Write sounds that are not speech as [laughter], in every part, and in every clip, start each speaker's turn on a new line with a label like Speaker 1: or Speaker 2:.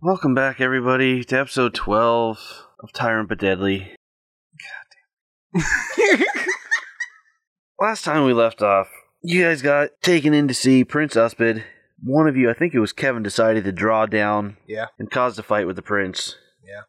Speaker 1: Welcome back, everybody, to episode 12 of Tyrant But
Speaker 2: [laughs]
Speaker 1: Deadly. Last time we left off, you guys got taken in to see Prince Uspid. One of you, I think it was Kevin, decided to draw down
Speaker 2: yeah.
Speaker 1: and caused a fight with the prince.
Speaker 2: Yeah.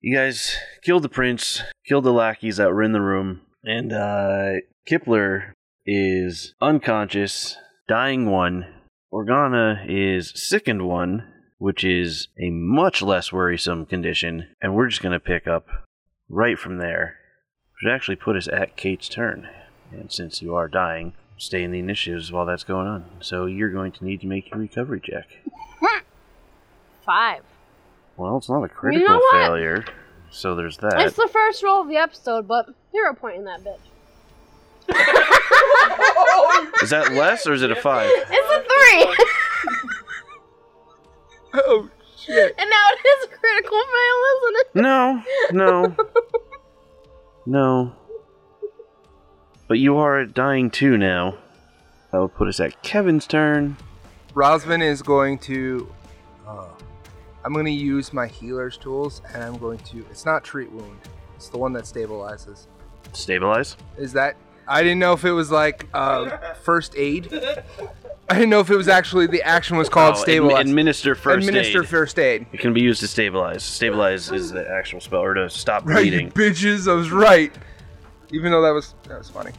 Speaker 1: You guys killed the prince, killed the lackeys that were in the room, and uh, Kipler is unconscious, dying one. Organa is sickened one, which is a much less worrisome condition, and we're just going to pick up right from there. Which would actually put us at Kate's turn. And since you are dying, stay in the initiatives while that's going on. So you're going to need to make your recovery check.
Speaker 3: Five.
Speaker 1: Well, it's not a critical
Speaker 3: what?
Speaker 1: failure, so there's that.
Speaker 3: It's the first roll of the episode, but zero point in [laughs] that bitch.
Speaker 1: Is that less or is it a five?
Speaker 3: It's a three, [laughs]
Speaker 2: Oh shit.
Speaker 3: and now it is a critical fail, isn't it?
Speaker 1: No,
Speaker 2: [laughs]
Speaker 1: no, no. But you are at dying two now. That will put us at Kevin's turn.
Speaker 2: Rosman is going to. Uh, I'm going to use my healer's tools, and I'm going to. It's not treat wound. It's the one that stabilizes.
Speaker 1: Stabilize.
Speaker 2: Is that? I didn't know if it was like uh, first aid. I didn't know if it was actually the action was called
Speaker 1: Oh, admi-
Speaker 2: stabilize.
Speaker 1: administer first
Speaker 2: Administer
Speaker 1: aid.
Speaker 2: first aid.
Speaker 1: it can be used to stabilize. Stabilize is the actual spell, or to stop
Speaker 2: Right, you
Speaker 1: bleeding.
Speaker 2: bitches. I was right. Even though that was that was funny.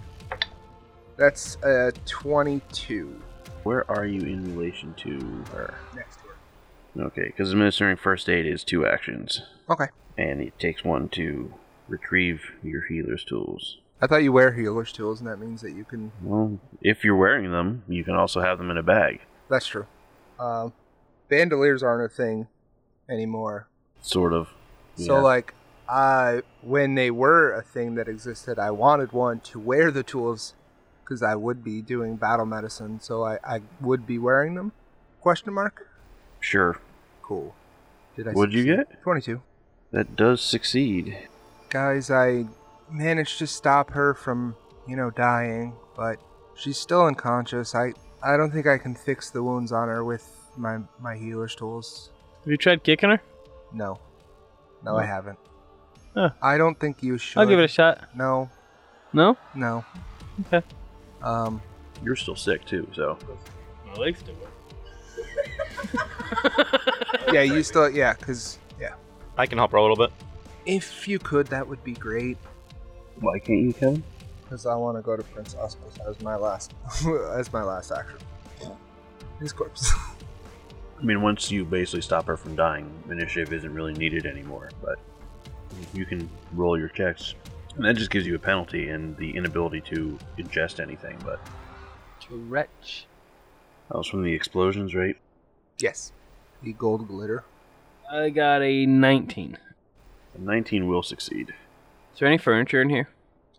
Speaker 2: That's uh 22.
Speaker 1: Where are you in relation to her?
Speaker 2: Next word.
Speaker 1: Okay, because administering first aid is two actions,
Speaker 2: Okay.
Speaker 1: and it takes one to retrieve your healer's tools.
Speaker 2: I thought you wear healer's tools, and that means that you can.
Speaker 1: Well, if you're wearing them, you can also have them in a bag.
Speaker 2: That's true. Um, bandoliers aren't a thing anymore.
Speaker 1: Sort of.
Speaker 2: So,
Speaker 1: Yeah.
Speaker 2: like, I when they were a thing that existed, I wanted one to wear the tools because I would be doing battle medicine, so I, I would be wearing them. Question mark.
Speaker 1: Sure.
Speaker 2: Cool. Did I?
Speaker 1: What'd you
Speaker 2: succeed?
Speaker 1: get?
Speaker 2: Twenty-two.
Speaker 1: That does succeed.
Speaker 2: Guys, I managed to stop her from, you know, dying, but she's still unconscious. I I don't think I can fix the wounds on her with my my healer's tools.
Speaker 4: Have you tried kicking her?
Speaker 2: No. No, I
Speaker 4: No?
Speaker 2: haven't.
Speaker 4: Huh.
Speaker 2: I don't think you should.
Speaker 4: I'll give it a shot.
Speaker 2: No,
Speaker 4: No?
Speaker 2: no.
Speaker 4: Okay.
Speaker 2: Um,
Speaker 1: You're still sick too, so
Speaker 4: My legs do work.
Speaker 2: yeah, you still, yeah, because, yeah.
Speaker 5: I can help her a little bit.
Speaker 2: If you could, that would be great.
Speaker 1: why can't you, Kevin?
Speaker 2: Because I want to go to Prince Osmos. That was my last, [laughs] that's my last action. His corpse. [laughs]
Speaker 1: I mean, once you basically stop her from dying, initiative isn't really needed anymore. But you can roll your checks, and that just gives you a penalty and the inability to ingest anything. But
Speaker 4: Stretch.
Speaker 1: that was from the explosions, right?
Speaker 2: yes. The gold glitter.
Speaker 4: I got a 19.
Speaker 1: A 19 will succeed.
Speaker 4: Is there any furniture in here?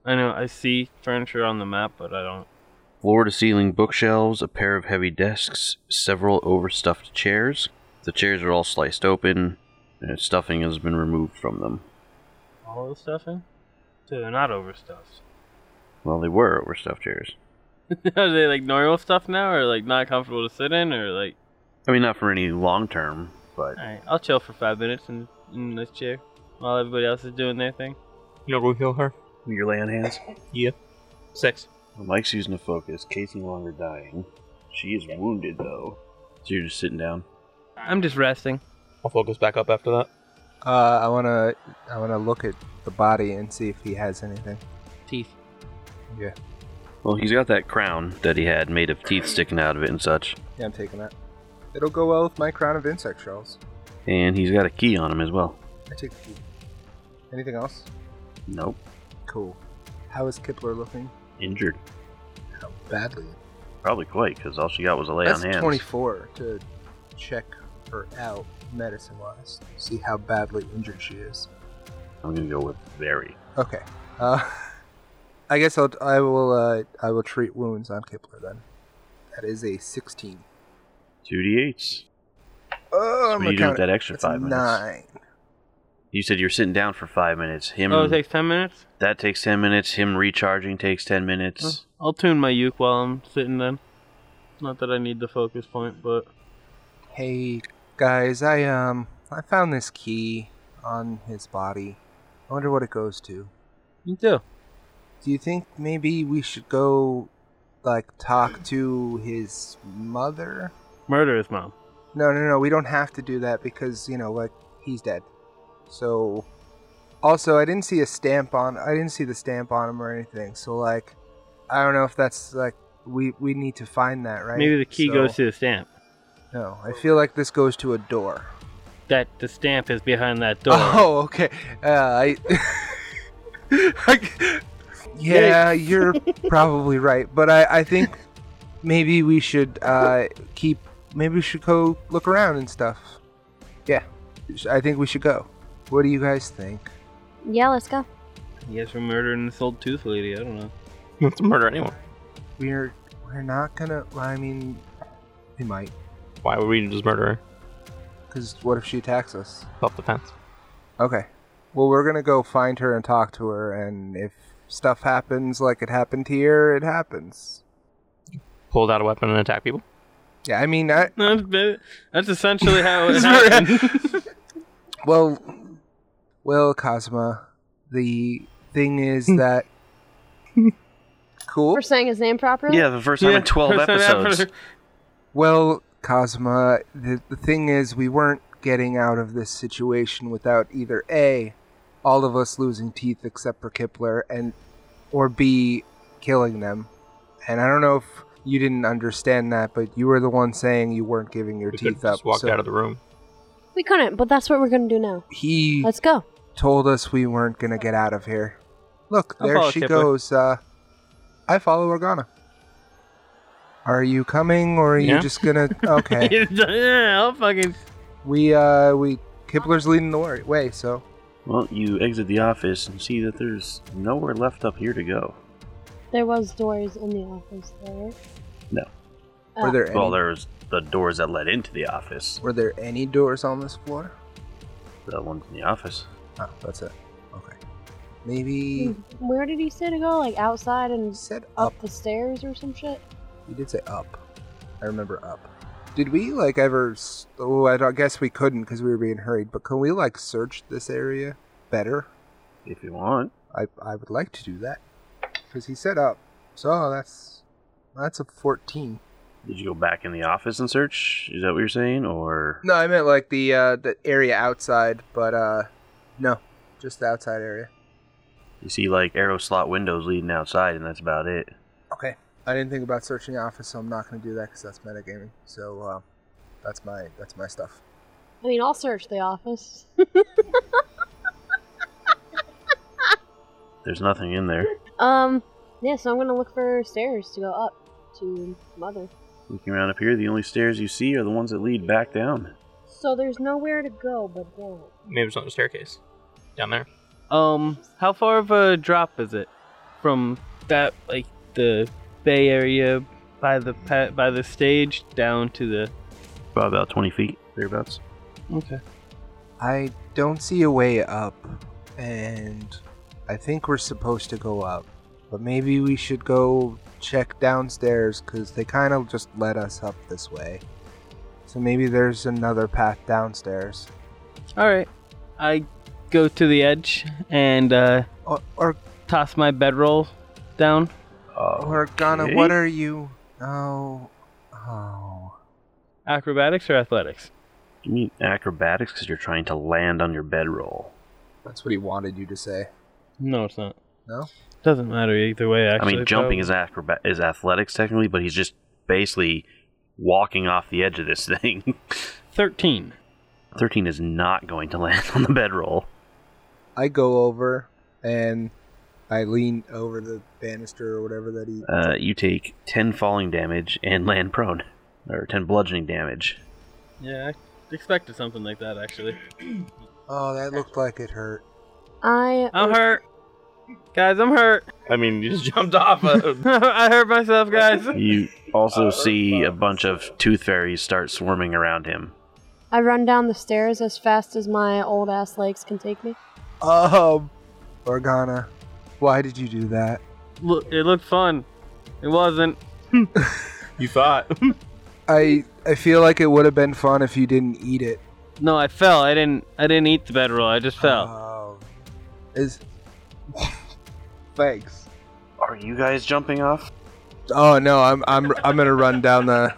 Speaker 4: I know, I see furniture on the map, but I don't.
Speaker 1: Floor to ceiling bookshelves, a pair of heavy desks, several overstuffed chairs. The chairs are all sliced open, and stuffing has been removed from them.
Speaker 4: All the stuff in? So they're not overstuffed.
Speaker 1: Well, they were overstuffed chairs.
Speaker 4: [laughs] Are they like normal stuff now, or like not comfortable to sit in, or like.
Speaker 1: I mean, not for any long term, but
Speaker 4: Alright, I'll chill for five minutes in, in this chair while everybody else is doing their thing.
Speaker 5: You know, go heal her.
Speaker 1: you're laying hands.
Speaker 5: Six.
Speaker 1: Mike's using a focus. Kate's no longer dying. She is wounded though. So you're just sitting down.
Speaker 4: I'm just resting.
Speaker 5: I'll focus back up after [laughs] that.
Speaker 2: Uh, I wanna, I wanna look at the body and see if he has anything.
Speaker 4: Teeth.
Speaker 2: Yeah,
Speaker 1: Well, he's got that crown that he had made of teeth sticking out of it and such,
Speaker 2: yeah, I'm taking that. It'll go well with my crown of insect shells.
Speaker 1: and he's got a key on him as well.
Speaker 2: I take the key. Anything else?
Speaker 1: Nope,
Speaker 2: Cool. How is Kipler looking?
Speaker 1: injured.
Speaker 2: How badly?
Speaker 1: Probably quite, because all she got was a lay
Speaker 2: That's
Speaker 1: on hands.
Speaker 2: 24 to check her out medicine wise. See how badly injured she is.
Speaker 1: I'm gonna go with very.
Speaker 2: Okay. Uh, [laughs] I guess I'll I will uh, I will treat wounds on Kipler then. That is a 16.
Speaker 1: Two d8s.
Speaker 2: Oh,
Speaker 1: What
Speaker 2: I'm
Speaker 1: do you
Speaker 2: gonna
Speaker 1: do with
Speaker 2: count it.
Speaker 1: that extra
Speaker 2: That's
Speaker 1: five minutes?
Speaker 2: Nine.
Speaker 1: You said you're sitting down for five minutes. Him
Speaker 4: Oh, it takes 10 minutes?
Speaker 1: that takes ten minutes. Him recharging takes ten minutes.
Speaker 4: I'll tune my uke while I'm sitting then. Not that I need the focus point, but
Speaker 2: Hey guys, I um I found this key on his body. I wonder what it goes to.
Speaker 4: You do.
Speaker 2: Do you think maybe we should go, like, talk to his mother?
Speaker 4: Murder his mom.
Speaker 2: No, no, no. We don't have to do that because you know, like he's dead. So, also, I didn't see a stamp on. I didn't see the stamp on him or anything. So, like, I don't know if that's like we we need to find that, right?
Speaker 4: Maybe the key
Speaker 2: So-
Speaker 4: goes to the stamp.
Speaker 2: No, I feel like this goes to a door.
Speaker 4: That the stamp is behind that door.
Speaker 2: Oh, okay. Uh, I. I- [laughs] yeah, you're probably right, but I I think maybe we should uh keep. Maybe we should go look around and stuff. Yeah, I think we should go. What do you guys think?
Speaker 3: Yeah, let's go.
Speaker 4: You guys were murdering this old tooth lady. I don't know. [laughs]
Speaker 5: Not to murder anyone.
Speaker 2: We're we're not gonna. well, I mean, we might.
Speaker 5: Why would we just murder her?
Speaker 2: Cause what if she attacks us?
Speaker 5: Self defense.
Speaker 2: Okay. Well, we're gonna go find her and talk to her, and if stuff happens like it happened here, it happens.
Speaker 5: Pulled out a weapon and attack people.
Speaker 2: Yeah, I mean, I,
Speaker 4: That's, ba- that's essentially
Speaker 2: [laughs]
Speaker 4: how it [laughs]
Speaker 5: It's
Speaker 4: happened.
Speaker 2: Well, well, Cosma, the thing is that cool.
Speaker 3: We're saying his name properly.
Speaker 1: Yeah, the first time in 12
Speaker 4: First time
Speaker 1: episodes.
Speaker 4: [laughs] ever.
Speaker 2: Well, Cosma, the, the thing is we weren't getting out of this situation without either a, all of us losing teeth except for Kipler, and or b, killing them. And I don't know if you didn't understand that, but you were the one saying you weren't giving your
Speaker 5: We could've
Speaker 2: teeth up.
Speaker 5: just walked
Speaker 2: so
Speaker 5: out of the room.
Speaker 3: We couldn't, but that's what we're gonna do now.
Speaker 2: he
Speaker 3: Let's go.
Speaker 2: told us we weren't gonna get out of here. Look,
Speaker 4: I'll
Speaker 2: there
Speaker 4: follow
Speaker 2: she
Speaker 4: Kipler.
Speaker 2: goes. Uh, I follow Organa. Are you coming, or are you
Speaker 5: Yeah.
Speaker 2: just gonna? Okay,
Speaker 4: yeah, I'll fucking.
Speaker 2: we uh, we Kipler's leading the wa- way, so
Speaker 1: Well, you exit the office and see that there's nowhere left up here to go.
Speaker 3: There was doors in the office there.
Speaker 1: No.
Speaker 2: were there any,
Speaker 1: Well, there's the doors that led into the office.
Speaker 2: were there any doors on this floor?
Speaker 1: The ones in the office.
Speaker 2: Oh, that's it. Okay, maybe
Speaker 3: Where did he say to go? Like outside
Speaker 2: he
Speaker 3: and
Speaker 2: said up.
Speaker 3: E. up the stairs or some shit.
Speaker 2: He did say up. I remember up. Did we like ever? s- Oh, I don't- guess we couldn't because we were being hurried. But can we like search this area better?
Speaker 1: If you want.
Speaker 2: I, I would like to do that because he set up. So that's that's a fourteen.
Speaker 1: Did you go back in the office and search? Is that what you're saying? Or.
Speaker 2: No, I meant like the uh, the area outside, but uh, no, just the outside area.
Speaker 1: You see, like, arrow slot windows leading outside, and that's about it.
Speaker 2: Okay, I didn't think about searching the office, so I'm not going to do that because that's metagaming. So uh, that's my that's my stuff.
Speaker 3: I mean, I'll search the office. [laughs]
Speaker 1: There's nothing in there.
Speaker 3: um, yeah. So I'm gonna look for stairs to go up to mother.
Speaker 1: Looking around up here, the only stairs you see are the ones that lead back down.
Speaker 3: So there's nowhere to go but down.
Speaker 5: Maybe it's on the staircase. Down there.
Speaker 4: Um, how far of a drop is it from that, like the Bay Area by the pa- by the stage down to the?
Speaker 1: About, about 20 feet, thereabouts.
Speaker 4: Okay.
Speaker 2: I don't see a way up, and I think we're supposed to go up, but maybe we should go check downstairs because they kind of just let us up this way. So maybe there's another path downstairs.
Speaker 4: All right. I go to the edge and uh,
Speaker 2: Or, or
Speaker 4: toss my bedroll down.
Speaker 1: Uh,
Speaker 2: Organa,
Speaker 1: Okay.
Speaker 2: what are you? Oh, oh,
Speaker 4: Acrobatics or athletics?
Speaker 1: You mean acrobatics because you're trying to land on your bedroll.
Speaker 2: that's what he wanted you to say.
Speaker 4: No, it's not.
Speaker 2: No,
Speaker 4: Doesn't matter either way.
Speaker 1: I
Speaker 4: Actually,
Speaker 1: mean, jumping
Speaker 4: though.
Speaker 1: is acrobat is athletics technically, but he's just basically walking off the edge of this [laughs] thing.
Speaker 4: thirteen.
Speaker 1: 13 is not going to land on the bedroll.
Speaker 2: I go over and I lean over the banister or whatever that he.
Speaker 1: Uh, you take 10 falling damage and land prone, or 10 bludgeoning damage.
Speaker 4: Yeah, I expected something like that actually.
Speaker 2: Oh, that looked like it hurt.
Speaker 3: I
Speaker 4: I'm hurt, guys. I'm hurt. [laughs]
Speaker 5: I mean, you just [laughs] jumped off a.
Speaker 4: I hurt myself, guys.
Speaker 1: You also
Speaker 5: Uh,
Speaker 1: see a
Speaker 5: uh,
Speaker 1: bunch of tooth fairies start swarming around him.
Speaker 3: I run down the stairs as fast as my old ass legs can take me.
Speaker 2: Um, Organa, why did you do that?
Speaker 4: Look, it looked fun. It wasn't.
Speaker 5: [laughs] you thought.
Speaker 2: I I feel like it would have been fun if you didn't eat it.
Speaker 4: No, I fell. I didn't. I didn't eat the bedroll. I just
Speaker 1: Uh,
Speaker 4: fell.
Speaker 2: Oh. Is. [laughs] Thanks.
Speaker 1: Are you guys jumping off?
Speaker 2: Oh no, I'm I'm I'm gonna run down the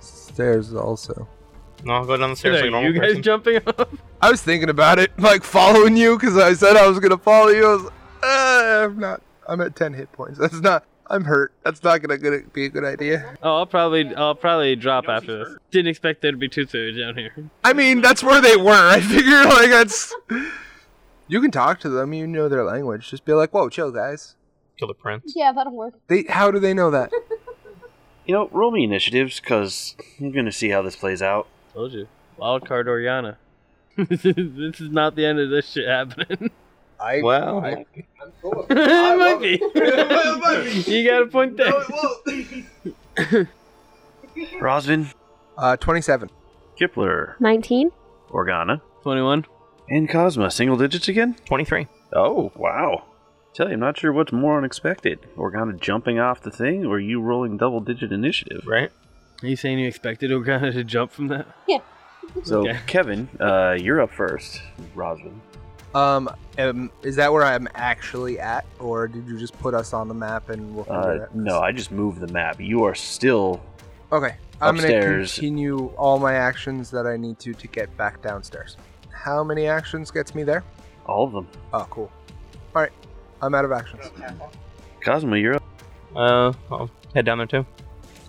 Speaker 2: stairs also.
Speaker 5: [laughs] No, I'll go down the stairs
Speaker 4: Are
Speaker 5: like a normal
Speaker 4: you guys
Speaker 5: person.
Speaker 4: jumping [laughs] off?
Speaker 2: I was thinking about it, like following you, because I said I was gonna follow you. I was, uh, I'm not. I'm at ten hit points. That's not. I'm hurt. That's not gonna, gonna be a good idea.
Speaker 4: Oh, I'll probably. I'll probably drop after this. Didn't expect there to be two thirds down here.
Speaker 2: I mean, that's where they were. I figured like that's. You can talk to them. You know their language. Just be like, "Whoa, chill, guys."
Speaker 5: Kill the prince.
Speaker 3: Yeah, that'll work.
Speaker 2: They. How do they
Speaker 1: [laughs]
Speaker 2: know that?
Speaker 1: You know, roll me initiatives, because I'm going to see how this plays out.
Speaker 4: Told you. Wild card Oriana. [laughs] this is not the end of this shit happening.
Speaker 2: I.
Speaker 5: Well,
Speaker 2: I- I'm full of-
Speaker 4: [laughs] it
Speaker 2: I
Speaker 4: might
Speaker 2: love
Speaker 4: be.
Speaker 2: It [laughs] might be.
Speaker 4: you got a point there.
Speaker 2: No, it won't.
Speaker 1: Rosvin,
Speaker 2: Uh, twenty-seven.
Speaker 1: Kipler,
Speaker 3: 19?
Speaker 1: Organa,
Speaker 4: 21.
Speaker 1: and Cosma. Single digits again?
Speaker 5: 23.
Speaker 1: Oh, wow. Tell you, I'm not sure what's more unexpected. Organa jumping off the thing, or you rolling double digit initiative.
Speaker 5: Right?
Speaker 4: Are you saying you expected Oriana to jump from that?
Speaker 1: So,
Speaker 4: Okay.
Speaker 1: Kevin, uh, you're up first. Rosvin.
Speaker 2: Um, um, is that where I'm actually at, or did you just put us on the map and we'll figure it
Speaker 1: Uh,
Speaker 2: out?
Speaker 1: no, I just moved the map. You are still.
Speaker 2: Okay, I'm gonna
Speaker 1: Upstairs.
Speaker 2: continue all my actions that I need to to get back downstairs. How many actions gets me there?
Speaker 1: All of them.
Speaker 2: Oh, cool. All right, I'm out of actions.
Speaker 1: Cosma, you're up.
Speaker 5: Uh, I'll head down there too.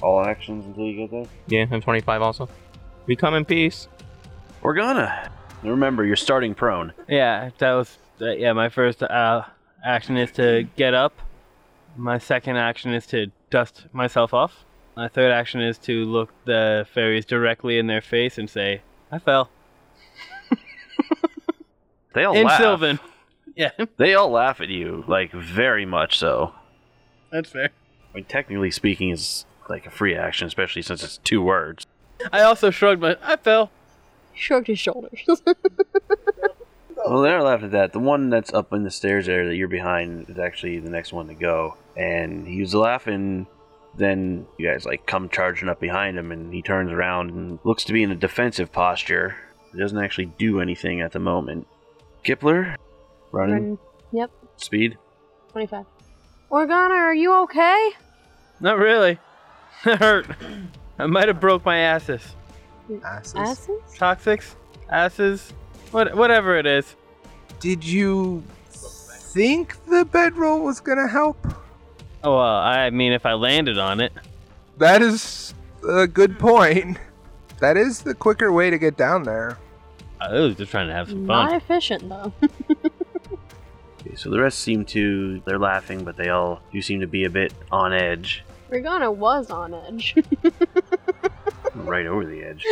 Speaker 1: All actions until you get there.
Speaker 5: Yeah, I'm 25 also. We come in peace.
Speaker 1: Organa. Remember, you're starting prone.
Speaker 4: Yeah, that was. Uh, yeah, my first uh, action is to get up. My second action is to dust myself off. My third action is to look the fairies directly in their face and say, I fell.
Speaker 1: They
Speaker 2: Oh,
Speaker 1: all
Speaker 4: and
Speaker 1: laugh.
Speaker 4: Sylvan. [laughs] Yeah,
Speaker 1: They all laugh at you, like very much so.
Speaker 4: that's fair.
Speaker 1: I mean, technically speaking, is like a free action, especially since it's two words.
Speaker 4: I also shrugged my. I fell.
Speaker 3: Shrugged his [laughs] shoulders.
Speaker 1: Well, they're laughing at that. The one that's up in the stairs there that you're behind is actually the next one to go. And he was laughing. Then you guys like come charging up behind him, and he turns around and looks to be in a defensive posture. He doesn't actually do anything at the moment. Kipler, running
Speaker 3: Run. Yep,
Speaker 1: speed.
Speaker 3: 25. Organa, are you okay?
Speaker 4: Not really. [laughs] That hurt. I might have broke my asses.
Speaker 2: Asses.
Speaker 3: Asses?
Speaker 4: Toxics? Asses? What, whatever it is.
Speaker 2: Did you think the bedroll was gonna help?
Speaker 4: Oh, well, I mean, if I landed on it.
Speaker 2: That is a good point. That is the quicker way to get down there.
Speaker 4: I was just trying to have some
Speaker 3: Not
Speaker 4: fun.
Speaker 3: efficient, though. [laughs]
Speaker 1: Okay, so the rest seem to they're laughing, but they all do seem to be a bit on edge,
Speaker 3: Organa was on [laughs] edge.
Speaker 1: right over the edge.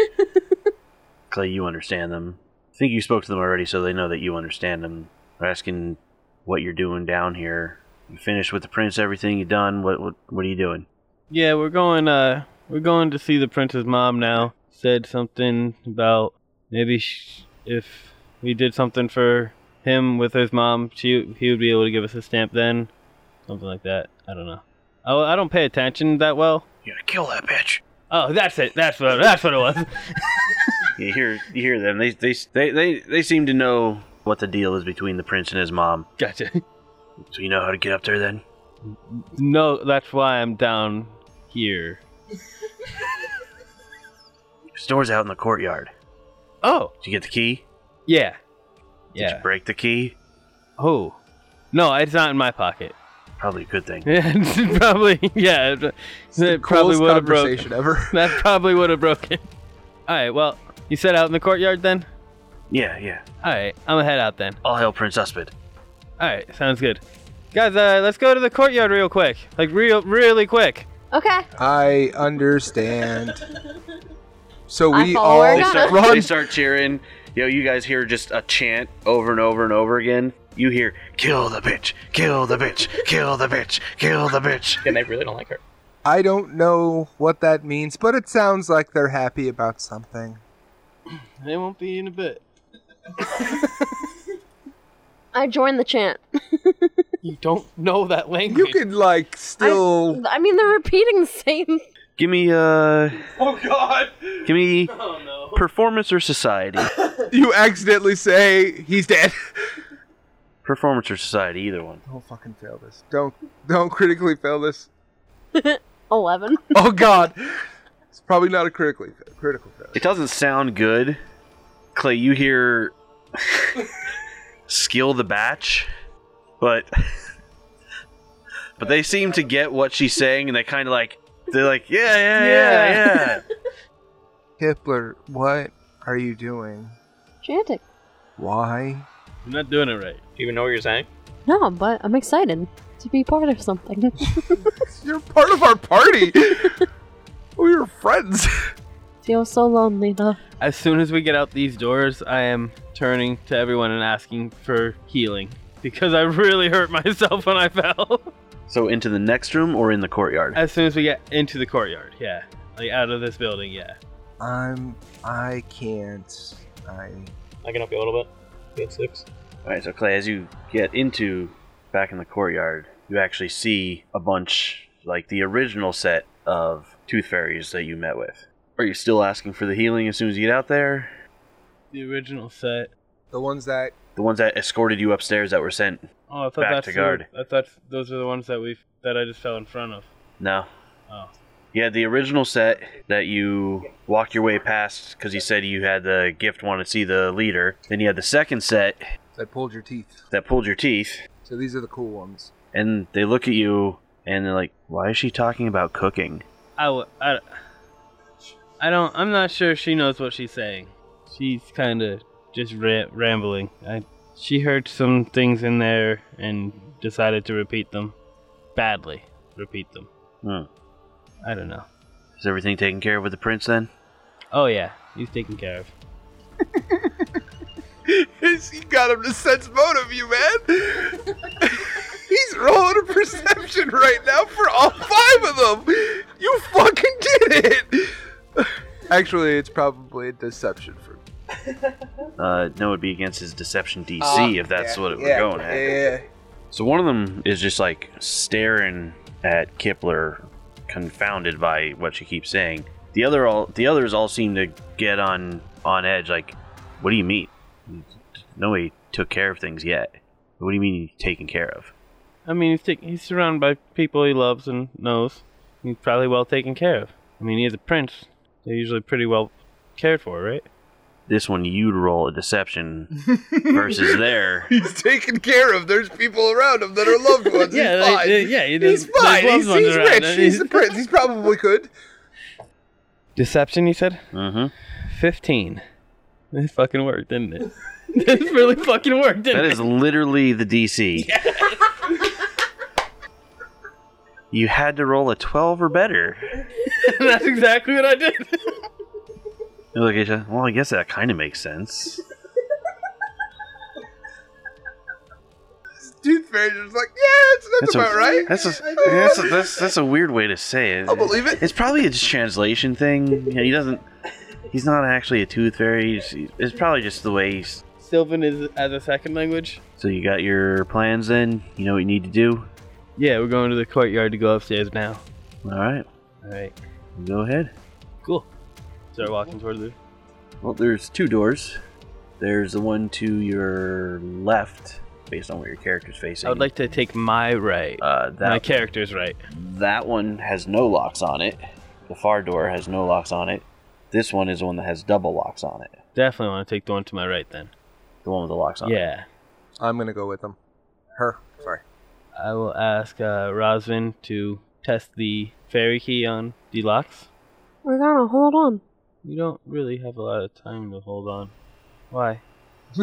Speaker 1: Clay, you understand them. I think you spoke to them already, so they know that you understand them. They're asking what you're doing down here. You finished with the prince, everything you done. What what what are you doing?
Speaker 4: Yeah, we're going, uh, we're going to see the prince's mom now. Said something about maybe sh- if we did something for him with his mom, she, he would be able to give us a stamp then. Something like that. I don't know. Oh, I don't pay attention that well.
Speaker 1: You gotta kill that bitch.
Speaker 4: Oh, that's it. That's what, that's what it was. [laughs]
Speaker 1: You hear you hear them. They they they they, they seem to know what the deal is between the prince and his mom.
Speaker 4: gotcha.
Speaker 1: So you know how to get up there then.
Speaker 4: No, that's why I'm down here.
Speaker 1: His door's out in the courtyard.
Speaker 4: Oh,
Speaker 1: Did you get the key?
Speaker 4: yeah.
Speaker 1: Did
Speaker 4: Yeah.
Speaker 1: you break the key?
Speaker 4: Oh. No, it's not in my pocket. [laughs]
Speaker 1: Probably a good thing.
Speaker 4: Yeah, it's probably. Yeah, it-
Speaker 2: It's the
Speaker 4: It probably
Speaker 2: coolest
Speaker 4: would've broke.
Speaker 2: conversation ever.
Speaker 4: [laughs] that probably would have broken. All right. Well, you said out in the courtyard then.
Speaker 1: Yeah, yeah.
Speaker 4: All right, I'm gonna head out then.
Speaker 1: All hail Prince Uspid.
Speaker 4: All right, sounds good. Guys, uh, let's go to the courtyard real quick. Like real, really quick.
Speaker 3: okay.
Speaker 2: I understand. [laughs] So
Speaker 3: I
Speaker 2: we
Speaker 3: follow
Speaker 2: all
Speaker 1: They
Speaker 3: Organa.
Speaker 1: start,
Speaker 2: run
Speaker 1: they start cheering. You know, you guys hear just a chant over and over and over again. You hear, kill the bitch, kill the bitch, kill the bitch, kill the bitch.
Speaker 5: And they really don't like her.
Speaker 2: I don't know what that means, but it sounds like they're happy about something.
Speaker 4: They won't be in a bit.
Speaker 3: I joined the chant. [laughs]
Speaker 4: You don't know that language.
Speaker 2: You could like [laughs] still
Speaker 3: I mean, they're repeating the same. [laughs]
Speaker 1: Give me, uh,
Speaker 5: Oh, God!
Speaker 1: give me
Speaker 4: Oh no.
Speaker 1: performance or society.
Speaker 2: you accidentally say he's dead.
Speaker 1: Performance or society, either one.
Speaker 2: [laughs] Don't fucking fail this. Don't don't critically fail this.
Speaker 3: [laughs] 11.
Speaker 2: [laughs] Oh god. It's probably not a critically critical failure.
Speaker 1: It doesn't sound good. Clay, you hear skill the batch, but but they seem to get what she's saying, and they kind of like they're like yeah yeah yeah yeah.
Speaker 2: Kipler, what are you doing?
Speaker 3: Chantic.
Speaker 2: Why?
Speaker 4: I'm not doing it right.
Speaker 5: you even know what you're saying?
Speaker 3: No, but I'm excited to be part of something. [laughs]
Speaker 2: You're part of our [laughs] party. we were friends.
Speaker 3: Feel so lonely though.
Speaker 4: As soon as we get out these doors, I am turning to everyone and asking for healing because I really hurt [laughs] myself when I fell.
Speaker 1: So into the next room or in the courtyard.
Speaker 4: As soon as we get into the courtyard, yeah, like out of this building, yeah.
Speaker 2: I'm I can't. I
Speaker 5: I can help you a little bit. Be at six.
Speaker 1: All right, so Clay, as you get into back in the courtyard, you actually see a bunch like the original set of tooth fairies that you met with. Are you still asking for the healing as soon as you get out there?
Speaker 4: The original set.
Speaker 2: the ones that
Speaker 1: The ones that escorted you upstairs that were sent?
Speaker 4: Oh, I thought
Speaker 1: Back
Speaker 4: that's
Speaker 1: to
Speaker 4: the-
Speaker 1: guard.
Speaker 4: I thought those are the ones that we that I just fell in front of.
Speaker 1: No.
Speaker 4: Oh,
Speaker 1: Yeah, the original set that you walked your way past because you said you had the gift, wanted to see the leader. Then you had the second set
Speaker 2: that pulled your teeth.
Speaker 1: that pulled your teeth,
Speaker 2: So these are the cool ones.
Speaker 1: and they look at you and they're like, "Why is she talking about cooking?"
Speaker 4: I, w- I, I don't. I'm not sure she knows what she's saying. She's kind of just ra- rambling. I, she heard some things in there and decided to repeat them, badly repeat them.
Speaker 1: Hmm.
Speaker 4: I don't know.
Speaker 1: Is everything taken care of with the prince then?
Speaker 4: Oh yeah, he's taken care of.
Speaker 2: you got him to sense motive, you man. [laughs] He's rolling a perception right now for all five of them. You fucking did it. Actually, it's probably a deception for me.
Speaker 1: Uh, no, it'd be against his deception DC if that's what it were
Speaker 2: Uh, yeah,
Speaker 1: going at.
Speaker 2: Yeah. [laughs]
Speaker 1: So one of them is just like staring at Kipler, confounded by what she keeps saying. The other all the others all seem to get on on edge. Like, what do you mean? Nobody took care of things yet. What do you mean taken care of?
Speaker 4: I mean, he's taken, he's surrounded by people he loves and knows. He's probably well taken care of. I mean, he's a prince. They're usually pretty well cared for, right?
Speaker 1: This one you'd roll a deception versus there.
Speaker 2: He's taken care of. There's people around him that are
Speaker 1: [laughs]
Speaker 2: loved ones.
Speaker 4: Yeah,
Speaker 2: he's
Speaker 4: they-
Speaker 2: fine.
Speaker 4: they- yeah, he-
Speaker 2: he's
Speaker 4: there's-
Speaker 2: fine.
Speaker 4: there's loved
Speaker 2: He's,
Speaker 4: ones
Speaker 2: he's
Speaker 4: around.
Speaker 2: rich. He's the prince. He's probably good.
Speaker 4: Deception, he said.
Speaker 1: Mm-hmm.
Speaker 4: 15. [laughs] It fucking worked, didn't it? [laughs] it really fucking worked, didn't
Speaker 1: That is literally the DC. You had to roll a twelve or better.
Speaker 4: it? [laughs] That's exactly what I did.
Speaker 1: You look at you, Well, I guess that kind of makes sense.
Speaker 2: Tooth fairy's just like, yeah, that's, that's, about
Speaker 1: a,
Speaker 2: right. [laughs]
Speaker 1: That's a, that's, a, that's, that's a weird way to say it.
Speaker 2: I'll believe it.
Speaker 1: It's probably a translation thing. Yeah, He doesn't. He's not actually a tooth fairy. He's, it's probably just the way. He's,
Speaker 4: Sylvan is as a second language?
Speaker 1: so you got your plans then. You know what you need to do.
Speaker 4: Yeah, we're going to the courtyard to go upstairs now.
Speaker 1: All right,
Speaker 4: Alright,
Speaker 1: go ahead.
Speaker 4: cool. Start walking toward the.
Speaker 1: Well, there's two doors. There's the one to your left, based on what your character's facing.
Speaker 4: I would like to take my right.
Speaker 1: uh,
Speaker 4: my
Speaker 1: that
Speaker 4: character's right.
Speaker 1: That one has no locks on it. The far door has no locks on it. This one is the one that has double locks on it.
Speaker 4: Definitely want to take the one to my right then.
Speaker 1: The one with the locks on it.
Speaker 4: Yeah.
Speaker 2: I'm gonna go with him. Her. Sorry.
Speaker 4: I will ask uh, Rosvin to test the fairy key on the locks.
Speaker 3: We're gonna hold on.
Speaker 4: We don't really have a lot of time to hold on. Why? [laughs]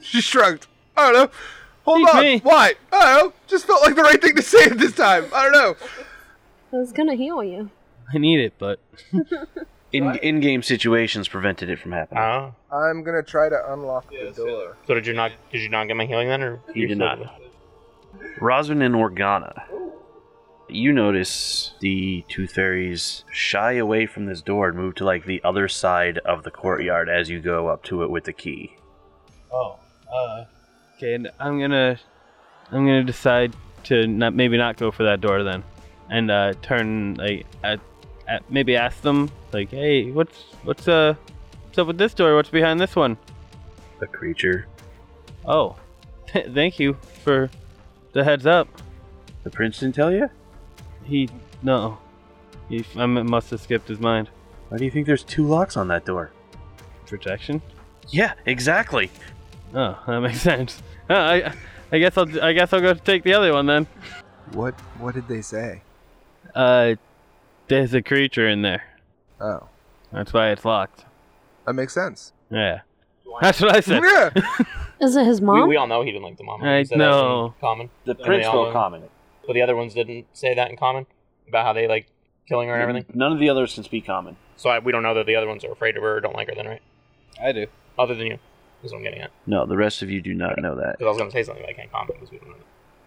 Speaker 2: She shrugged. I don't know. Hold
Speaker 4: Teach
Speaker 2: on.
Speaker 4: me.
Speaker 2: Why? I don't know. Just felt like the right thing to say at this time. I don't know.
Speaker 3: I was gonna heal you.
Speaker 4: I need it, but
Speaker 1: In in game situations prevented it from happening.
Speaker 4: Uh,
Speaker 5: Ah.
Speaker 2: I'm gonna try to unlock the door.
Speaker 5: So did you not? Did you not get my healing then, or
Speaker 1: You
Speaker 5: you're
Speaker 1: did
Speaker 5: still-
Speaker 1: not. Rosvin and Organa. You notice the tooth fairies shy away from this door and move to like the other side of the courtyard as you go up to it with the key.
Speaker 4: Oh, uh. Okay, and I'm gonna, I'm gonna decide to not maybe not go for that door then, and uh, turn like at, at, maybe ask them like, hey, what's what's uh What's up with this door? What's behind this one?
Speaker 1: A creature.
Speaker 4: Oh, [laughs] thank you for the heads up.
Speaker 1: The prince didn't tell you?
Speaker 4: He no, he I m- must have skipped his mind.
Speaker 1: Why do you think there's two locks on that door?
Speaker 4: Protection.
Speaker 1: Yeah, exactly.
Speaker 4: Oh, [laughs] that makes sense. Uh, I, I guess I'll, I guess I'll go take the other one then.
Speaker 2: What what did they say?
Speaker 4: Uh, there's a creature in there.
Speaker 2: Oh,
Speaker 4: That's why it's locked.
Speaker 2: that makes sense.
Speaker 4: Yeah, that's what I
Speaker 2: [laughs]
Speaker 4: said.
Speaker 2: Yeah.
Speaker 3: Is it his
Speaker 5: We,
Speaker 3: mom?
Speaker 5: we all know he didn't like the mom.
Speaker 4: I
Speaker 5: He said that
Speaker 4: know.
Speaker 5: in Common.
Speaker 1: The
Speaker 5: And they
Speaker 1: prince
Speaker 5: all
Speaker 1: will
Speaker 5: know.
Speaker 1: comment.
Speaker 5: But the other ones didn't say that in common about how they like killing her
Speaker 4: Mm-hmm.
Speaker 5: and everything.
Speaker 1: None of the others can speak common.
Speaker 5: So I, we don't know that the other ones are afraid of her or don't like her then, right?
Speaker 4: I do.
Speaker 5: Other than you. Is what I'm getting at.
Speaker 1: No, the rest of you do not know that.
Speaker 5: Because I was going to say something, but I can't comment because we don't know.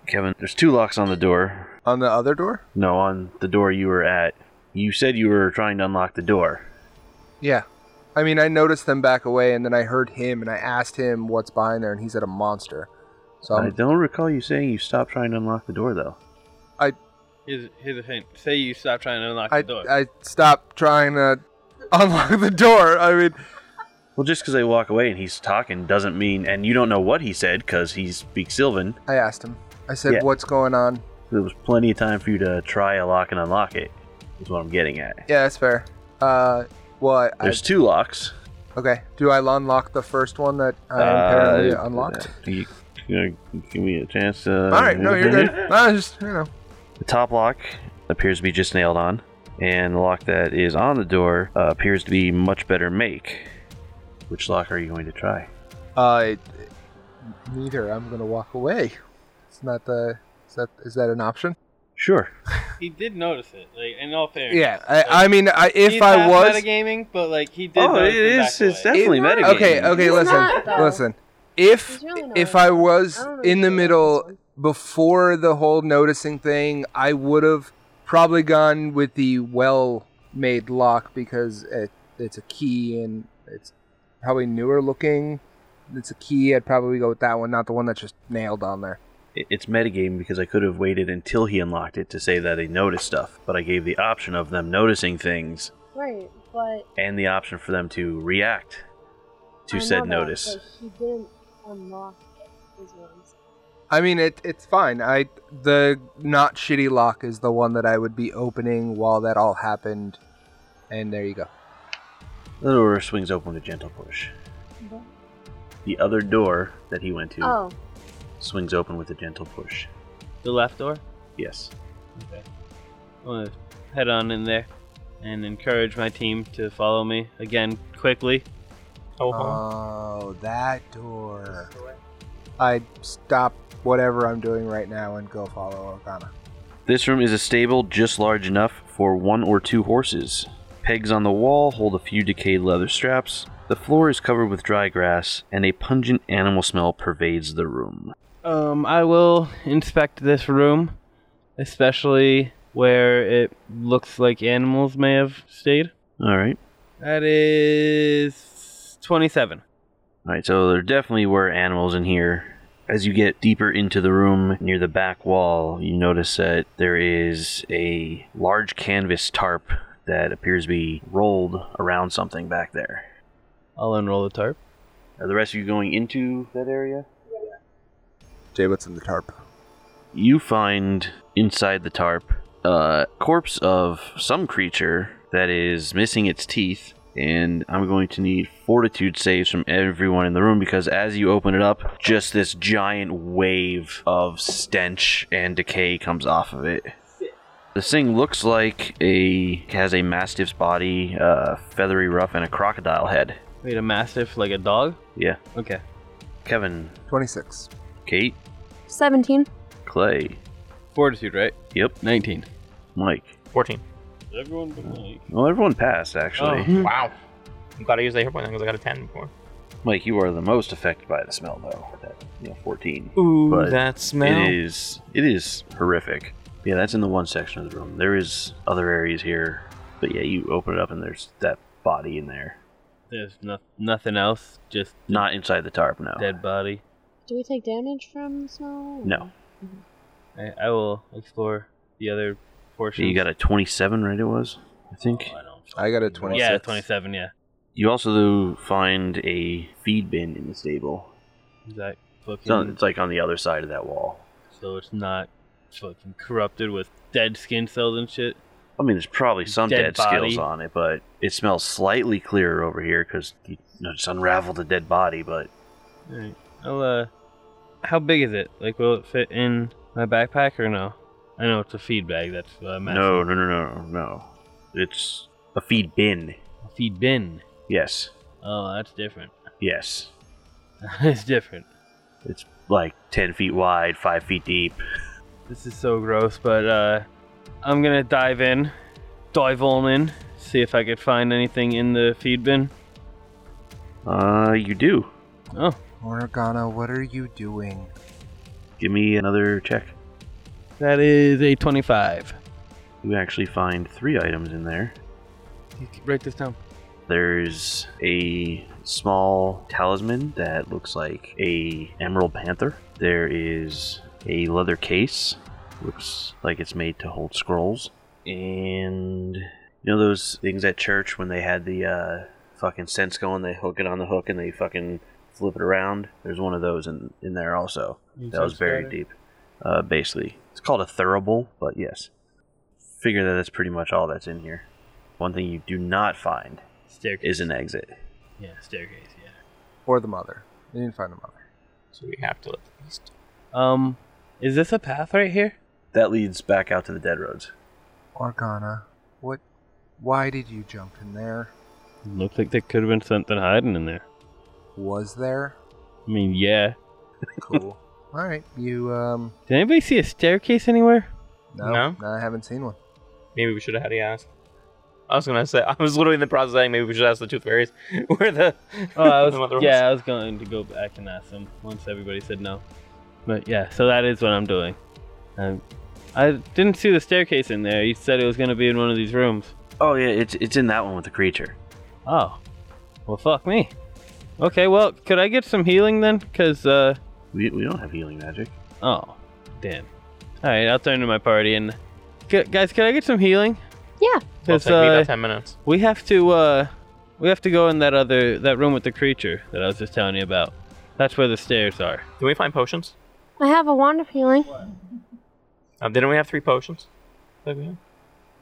Speaker 1: Kevin, there's two locks on the door.
Speaker 2: On the other door?
Speaker 1: No, on the door you were at. You said you were trying to unlock the door.
Speaker 2: Yeah. I mean, I noticed them back away, and then I heard him, and I asked him what's behind there, and he said a monster. So
Speaker 1: I
Speaker 2: I'm,
Speaker 1: don't recall you saying you stopped trying to unlock the door, though.
Speaker 4: Here's, here's a hint. Say you stop trying to unlock
Speaker 2: I,
Speaker 4: the door.
Speaker 2: I stopped trying to [laughs] unlock the door. I mean,
Speaker 1: Well, just because they walk away and he's talking doesn't mean, and you don't know what he said because he speaks Sylvan.
Speaker 2: I asked him. I said,
Speaker 1: Yeah.
Speaker 2: "What's going on?"
Speaker 1: There was plenty of time for you to try a lock and unlock it. Is what I'm getting at.
Speaker 2: Yeah, that's fair. Uh, well, I,
Speaker 1: There's two locks.
Speaker 2: okay. Do I unlock the first one that I
Speaker 1: Uh, [laughs]
Speaker 2: apparently unlocked?
Speaker 1: You, you gonna give me a chance. Uh,
Speaker 2: All right, no, you're good.
Speaker 1: [laughs]
Speaker 2: I just, you know,
Speaker 1: The top lock appears to be just nailed on, and the lock that is on the door uh, appears to be much better make. Which lock are you going to try?
Speaker 2: uh, it- neither. I'm gonna walk away. It's not the. Is that is that an option?
Speaker 1: Sure.
Speaker 4: he did notice it. Like in all fairness.
Speaker 2: Yeah, I, I mean, I, if
Speaker 4: He's
Speaker 2: I
Speaker 4: not
Speaker 2: was
Speaker 4: metagaming, but like he did.
Speaker 1: Oh,
Speaker 4: notice
Speaker 1: it
Speaker 4: the
Speaker 1: is.
Speaker 4: back
Speaker 1: It's definitely
Speaker 4: away.
Speaker 3: It's not-
Speaker 1: metagaming.
Speaker 2: Okay, okay,
Speaker 3: He's
Speaker 2: listen.
Speaker 3: not, though.
Speaker 2: listen. If
Speaker 3: He's really not.
Speaker 2: if I was
Speaker 3: I don't really
Speaker 2: in the
Speaker 3: feel like
Speaker 2: middle
Speaker 3: this
Speaker 2: before the whole noticing thing, I would have probably gone with the well-made lock because it, it's a key and it's probably newer looking. It's a key. I'd probably go with that one, not the one that's just nailed on there.
Speaker 1: It- It's metagaming because I could have waited until he unlocked it to say that he noticed stuff, but I gave the option of them noticing things
Speaker 3: Right, but
Speaker 1: and the option for them to react to
Speaker 3: I
Speaker 1: said
Speaker 3: know that,
Speaker 1: notice.
Speaker 3: but he didn't unlock it. Is what I'm saying.
Speaker 2: I mean, it it's fine. I the not shitty lock is the one that I would be opening while that all happened, and there you go.
Speaker 1: The door swings open with a gentle push.
Speaker 3: What?
Speaker 1: The other door that he went to
Speaker 3: Oh,
Speaker 1: swings open with a gentle push.
Speaker 4: The left door.
Speaker 1: Yes.
Speaker 4: I'm gonna head on in there and encourage my team to follow me again quickly.
Speaker 5: Oh,
Speaker 1: Uh,
Speaker 5: huh.
Speaker 2: Oh, that door. I stop whatever I'm doing right now and go follow Organa.
Speaker 1: This room is a stable just large enough for one or two horses. Pegs on the wall hold a few decayed leather straps. The floor is covered with dry grass, and a pungent animal smell pervades the room.
Speaker 4: Um, I will inspect this room, especially where it looks like animals may have stayed.
Speaker 1: All right.
Speaker 4: That is 27.
Speaker 1: Alright, so there definitely were animals in here. As you get deeper into the room near the back wall, you notice that there is a large canvas tarp that appears to be rolled around something back there.
Speaker 4: I'll unroll the tarp.
Speaker 1: Are the rest of you going into that area?
Speaker 2: Jay, what's in the tarp?
Speaker 1: You find inside the tarp a corpse of some creature that is missing its teeth, and I'm going to need fortitude saves from everyone in the room because as you open it up, just this giant wave of stench and decay comes off of it. This thing looks like a has a mastiff's body, uh, feathery ruff, and a crocodile head.
Speaker 4: Wait, a mastiff like a dog?
Speaker 1: Yeah,
Speaker 4: Okay.
Speaker 1: Kevin,
Speaker 2: 26.
Speaker 1: Kate,
Speaker 3: seventeen.
Speaker 1: Clay,
Speaker 4: Fortitude, right?
Speaker 1: yep,
Speaker 4: 19.
Speaker 1: Mike.
Speaker 5: 14.
Speaker 4: Everyone but Mike.
Speaker 1: Well, everyone passed actually.
Speaker 4: Oh. Hmm.
Speaker 5: Wow. I'm glad I used the hit point because I got a 10 before.
Speaker 1: Mike, you are the most affected by the smell, though. That, you know, 14.
Speaker 5: Ooh,
Speaker 1: But
Speaker 5: that
Speaker 1: It is. It is horrific. Yeah, that's in the one section of the room. There is other areas here, but yeah, you open it up and there's that body in there.
Speaker 4: [laughs] There's no- nothing else, just
Speaker 1: Not inside the tarp, no.
Speaker 4: dead body.
Speaker 3: Do we take damage from snow?
Speaker 1: No.
Speaker 4: I, I will explore the other portion.
Speaker 1: You got a 27, right? It was, I think.
Speaker 4: I don't.
Speaker 2: I got a 26.
Speaker 4: Yeah, 27, yeah.
Speaker 1: You also find a feed bin in the stable.
Speaker 4: Is that
Speaker 1: It's, on,
Speaker 4: fucking
Speaker 1: it's like on the other side of that wall.
Speaker 4: so it's not fucking corrupted with dead skin cells and shit?
Speaker 1: I mean, there's probably some dead,
Speaker 4: Dead
Speaker 1: skills
Speaker 4: body.
Speaker 1: on it, but it smells slightly clearer over here because you know, just unraveled a dead body. But
Speaker 4: Alright. I'll uh how big is it? Like will it fit in my backpack or no? I know it's a feed bag, that's what I'm asking.
Speaker 1: no, no, no, no, no. It's a feed bin.
Speaker 4: A feed bin.
Speaker 1: Yes,
Speaker 4: Oh, that's different. [laughs]
Speaker 1: yes.
Speaker 4: it's different.
Speaker 1: It's like ten feet wide, five feet deep.
Speaker 4: This is so gross, but uh, I'm gonna dive in, dive on in, see if I could find anything in the feed bin.
Speaker 1: Uh, you do.
Speaker 4: Oh,
Speaker 2: Morgana, what are you doing?
Speaker 1: Give me another check.
Speaker 4: that is a 25.
Speaker 1: You actually find three items in there.
Speaker 4: You can write this down.
Speaker 1: There's a small talisman that looks like a emerald panther. There is a leather case, looks like it's made to hold scrolls, and you know those things at church when they had the uh, fucking sense going, they hook it on the hook and they fucking flip it around. There's one of those in in there also. That was buried deep. Uh, basically, it's called a thurible, but yes, figure that that's pretty much all that's in here. One thing you do not find
Speaker 4: Staircase.
Speaker 1: is an exit.
Speaker 4: Yeah, staircase. Yeah.
Speaker 2: Or the mother? You didn't find the mother.
Speaker 5: So we have to let the beast.
Speaker 4: Um, is this a path right here?
Speaker 1: That leads back out to the dead roads.
Speaker 2: Morgana, what? Why did you jump in there?
Speaker 4: Looks like there could have been something hiding in there.
Speaker 2: Was there?
Speaker 4: I mean, yeah.
Speaker 2: Cool. [laughs] All right, you um.
Speaker 4: Did anybody see a staircase anywhere?
Speaker 2: No,
Speaker 5: No?
Speaker 2: no, I haven't seen one.
Speaker 5: Maybe we should have had to ask. I was gonna say [laughs] I was literally in the process of saying maybe we should ask the tooth fairies [laughs] where the
Speaker 4: Oh,
Speaker 5: [laughs]
Speaker 4: I
Speaker 5: the mother
Speaker 4: was, yeah, I was going to go back and ask them once everybody said no. But yeah, so that is what I'm doing. Um, I didn't see the staircase in there. You said it was going to be in one of these rooms.
Speaker 1: Oh yeah, it's it's in that one with the creature.
Speaker 4: Oh, well, fuck me. Okay, well, could I get some healing then? Cause uh,
Speaker 1: We, we don't have healing magic.
Speaker 4: oh, damn. All right, I'll turn to my party and Gu- guys, can I get some healing?
Speaker 3: Yeah.
Speaker 5: It'll
Speaker 4: Cause
Speaker 5: take me
Speaker 4: uh,
Speaker 5: about ten minutes.
Speaker 4: we have to uh, we have to go in that other that room with the creature that I was just telling you about. That's where the stairs are.
Speaker 5: Can we find potions?
Speaker 3: I have a wand of healing.
Speaker 5: Um, didn't we have three potions? I think we had.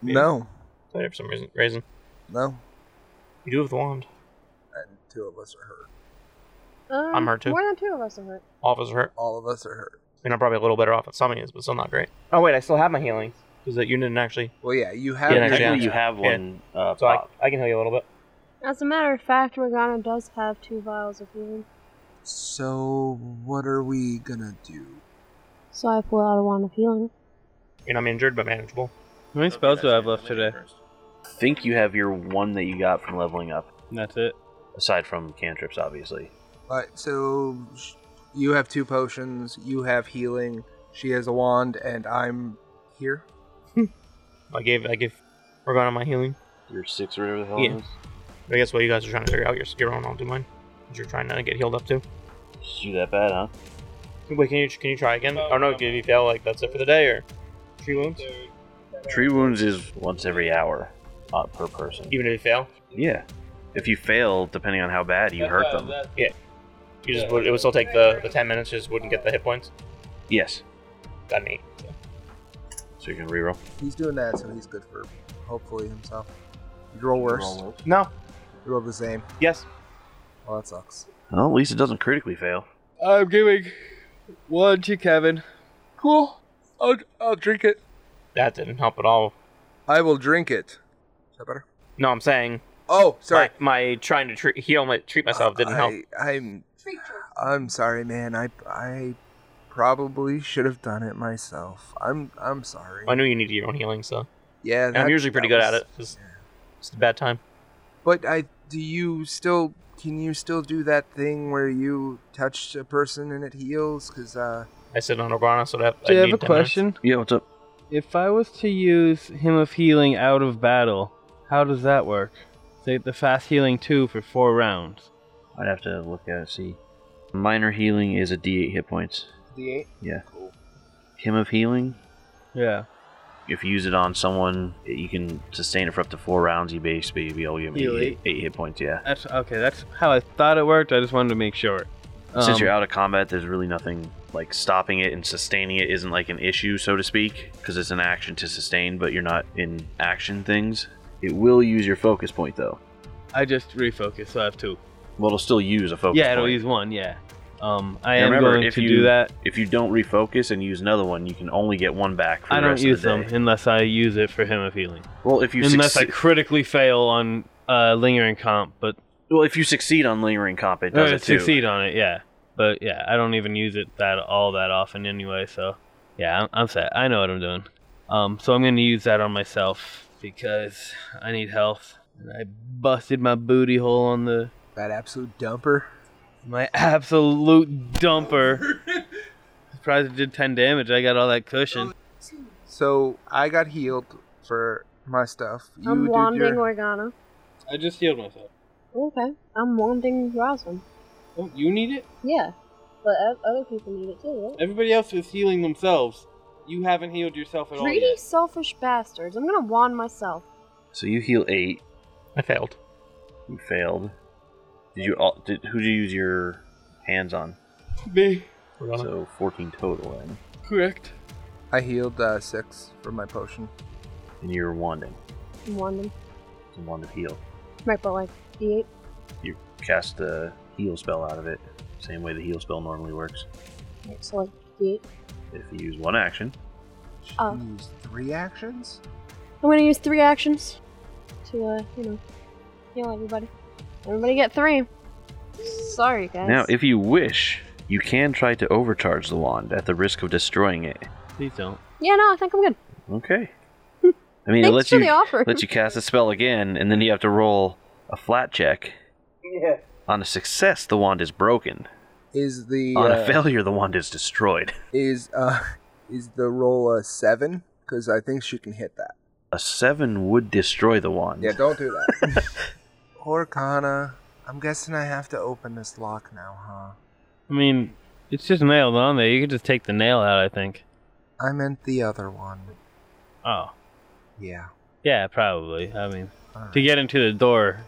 Speaker 5: Yeah.
Speaker 2: No,
Speaker 5: Thought for some reason. Reason
Speaker 2: no.
Speaker 5: you do have the wand.
Speaker 2: And two of us are hurt.
Speaker 3: Um,
Speaker 5: I'm hurt, too.
Speaker 3: More than two of us are hurt.
Speaker 5: All of us are hurt.
Speaker 2: All of us are hurt.
Speaker 5: I mean, I'm probably a little better off than some is, but still not great. Oh wait, I still have my healing. Because that you didn't actually.
Speaker 2: Well, yeah, you have.
Speaker 5: Yeah,
Speaker 2: your-
Speaker 5: actually,
Speaker 1: Technically, you have one. Uh,
Speaker 5: So I,
Speaker 1: pop.
Speaker 5: I can heal you a little bit.
Speaker 3: As a matter of fact, Morgana does have two vials of healing.
Speaker 2: So what are we gonna do?
Speaker 3: So I pull out a wand of healing.
Speaker 5: You're not injured, but manageable.
Speaker 4: How many spells do I have left today?
Speaker 1: I think you have your one that you got from leveling up,
Speaker 4: That's it.
Speaker 1: aside from cantrips, obviously.
Speaker 2: All right, so sh- you have two potions. You have healing. She has a wand, and I'm here.
Speaker 5: I gave I gave we're going on my healing.
Speaker 1: Your six or whatever the hell
Speaker 5: Yeah.
Speaker 1: it
Speaker 5: But I guess while you guys are trying to figure out your, your own, I'll do mine. 'Cause You're trying to get healed up too.
Speaker 1: is. It's You that bad, huh?
Speaker 5: Wait, can you can you try again? Oh, no, give you fail like that's it for the day or three wounds?
Speaker 1: Tree wounds is once every hour uh, per person.
Speaker 5: Even if you fail,
Speaker 1: Yeah. If you fail, depending on how bad you hurt
Speaker 5: Uh,
Speaker 1: them.
Speaker 5: you just would, it would still take the, the ten minutes. You just wouldn't get the hit points.
Speaker 1: Yes.
Speaker 5: Got an eight. So.
Speaker 1: So you can reroll.
Speaker 2: He's doing that, so he's good for hopefully himself. You roll worse.
Speaker 5: No.
Speaker 2: You roll the same.
Speaker 5: Yes.
Speaker 2: Well, that sucks.
Speaker 1: Well, at least it doesn't critically fail.
Speaker 4: I'm giving one to Kevin.
Speaker 2: Cool. I'll, I'll drink it.
Speaker 5: That didn't help at all.
Speaker 2: I will drink it. Is that better?
Speaker 5: No, I'm saying
Speaker 2: Oh, sorry.
Speaker 5: My, my trying to treat, heal my treat myself didn't
Speaker 2: I,
Speaker 5: help.
Speaker 2: I'm. I'm sorry, man. I I probably should have done it myself. I'm I'm sorry.
Speaker 5: I knew you needed your own healing, so
Speaker 2: Yeah,
Speaker 5: and I'm usually pretty good
Speaker 2: that
Speaker 5: at
Speaker 2: was-
Speaker 5: it. Just, just a bad time.
Speaker 2: But I do you still can you still do that thing where you touch a person and it heals? Cause uh,
Speaker 5: I sit on Organa, so that
Speaker 4: Do you
Speaker 5: I
Speaker 4: have
Speaker 5: need
Speaker 4: a
Speaker 5: 10 minutes.
Speaker 4: question?
Speaker 1: Yeah, what's up?
Speaker 4: If I was to use Hymn of Healing out of battle, how does that work? Say the fast healing two for four rounds.
Speaker 1: I'd have to look at it, see. Minor healing is a D8 hit points.
Speaker 2: the eight.
Speaker 1: Yeah. Hymn of healing
Speaker 4: Yeah.
Speaker 1: if you use it on someone, you can sustain it for up to four rounds. You basically you'll be able to give
Speaker 4: Heal
Speaker 1: me eight,
Speaker 4: eight.
Speaker 1: eight hit points. Yeah.
Speaker 4: That's okay. That's how I thought it worked. I just wanted to make sure.
Speaker 1: Since
Speaker 4: Um,
Speaker 1: you're out of combat, there's really nothing like stopping it and sustaining it isn't like an issue, so to speak, because it's an action to sustain, but you're not in action things. It will use your focus point though.
Speaker 4: I just refocused, so I have two.
Speaker 1: Well, it'll still use a focus.
Speaker 4: yeah, it'll
Speaker 1: point.
Speaker 4: use one. Yeah. Um, I
Speaker 1: And
Speaker 4: am
Speaker 1: remember,
Speaker 4: going
Speaker 1: if
Speaker 4: to
Speaker 1: you-
Speaker 4: do that.
Speaker 1: If you don't refocus and use another one, you can only get one back. For
Speaker 4: I
Speaker 1: the
Speaker 4: don't
Speaker 1: rest
Speaker 4: use
Speaker 1: of the
Speaker 4: them
Speaker 1: day.
Speaker 4: unless I use it for him of healing.
Speaker 1: Well, if you
Speaker 4: unless
Speaker 1: succeed,
Speaker 4: I critically fail on uh, lingering comp, but
Speaker 1: well, if you succeed on lingering comp, it does
Speaker 4: uh,
Speaker 1: it too.
Speaker 4: succeed on it. Yeah, but yeah, I don't even use it that all that often anyway. So yeah, I'm, I'm set. I know what I'm doing. Um, so I'm gonna use that on myself because I need health. And I busted my booty hole on the
Speaker 2: That absolute dumper.
Speaker 4: my [laughs] absolute [laughs] dumper. Surprised it did ten damage. I got all that cushion.
Speaker 2: So I got healed for my stuff. You
Speaker 3: I'm
Speaker 2: did
Speaker 3: wanding
Speaker 2: your-
Speaker 3: Organa.
Speaker 4: I just healed myself.
Speaker 3: Okay. I'm wanding Roslyn.
Speaker 4: Oh, you need it.
Speaker 3: Yeah. But o- other people need it too, right?
Speaker 4: Everybody else is healing themselves. You haven't healed yourself at
Speaker 3: Greedy, selfish bastards. I'm gonna wand myself.
Speaker 1: So you heal eight.
Speaker 5: I failed.
Speaker 1: You failed. Did you? All, did, who did you use your hands on?
Speaker 4: Me.
Speaker 5: We're gonna-
Speaker 1: So 14 total, then.
Speaker 4: Correct.
Speaker 2: I healed uh, six for my potion.
Speaker 1: and you're wanding.
Speaker 3: I'm wanding.
Speaker 1: You wand of heal.
Speaker 3: Right, but like D8.
Speaker 1: You cast the heal spell out of it, same way the heal spell normally works.
Speaker 3: Right, so like D8.
Speaker 1: If you use one action,
Speaker 2: Should
Speaker 3: Oh.
Speaker 2: we use three actions.
Speaker 3: I'm gonna use three actions to, uh, you know, heal everybody. Everybody get three. Sorry, guys.
Speaker 1: now if you wish, you can try to overcharge the wand at the risk of destroying it.
Speaker 4: Please don't.
Speaker 3: yeah, no, I think I'm good.
Speaker 1: Okay. I mean, it
Speaker 3: Thanks
Speaker 1: lets
Speaker 3: for
Speaker 1: you
Speaker 3: the offer.
Speaker 1: lets you cast a spell again, and then you have to roll a flat check.
Speaker 4: Yeah.
Speaker 1: On a success, the wand is broken.
Speaker 2: Is the
Speaker 1: On
Speaker 2: uh,
Speaker 1: a failure, the wand is destroyed.
Speaker 2: is uh is the roll a seven? Because I think she can hit that.
Speaker 1: A seven would destroy the wand.
Speaker 2: Yeah, don't do that.
Speaker 1: [laughs]
Speaker 2: Orkana, I'm guessing I have to open this lock now, huh?
Speaker 4: I mean, it's just nailed on there. You could just take the nail out. I think.
Speaker 2: I meant the other one.
Speaker 4: Oh.
Speaker 2: Yeah.
Speaker 4: Yeah, probably. I mean,
Speaker 2: alright.
Speaker 4: to get into the door,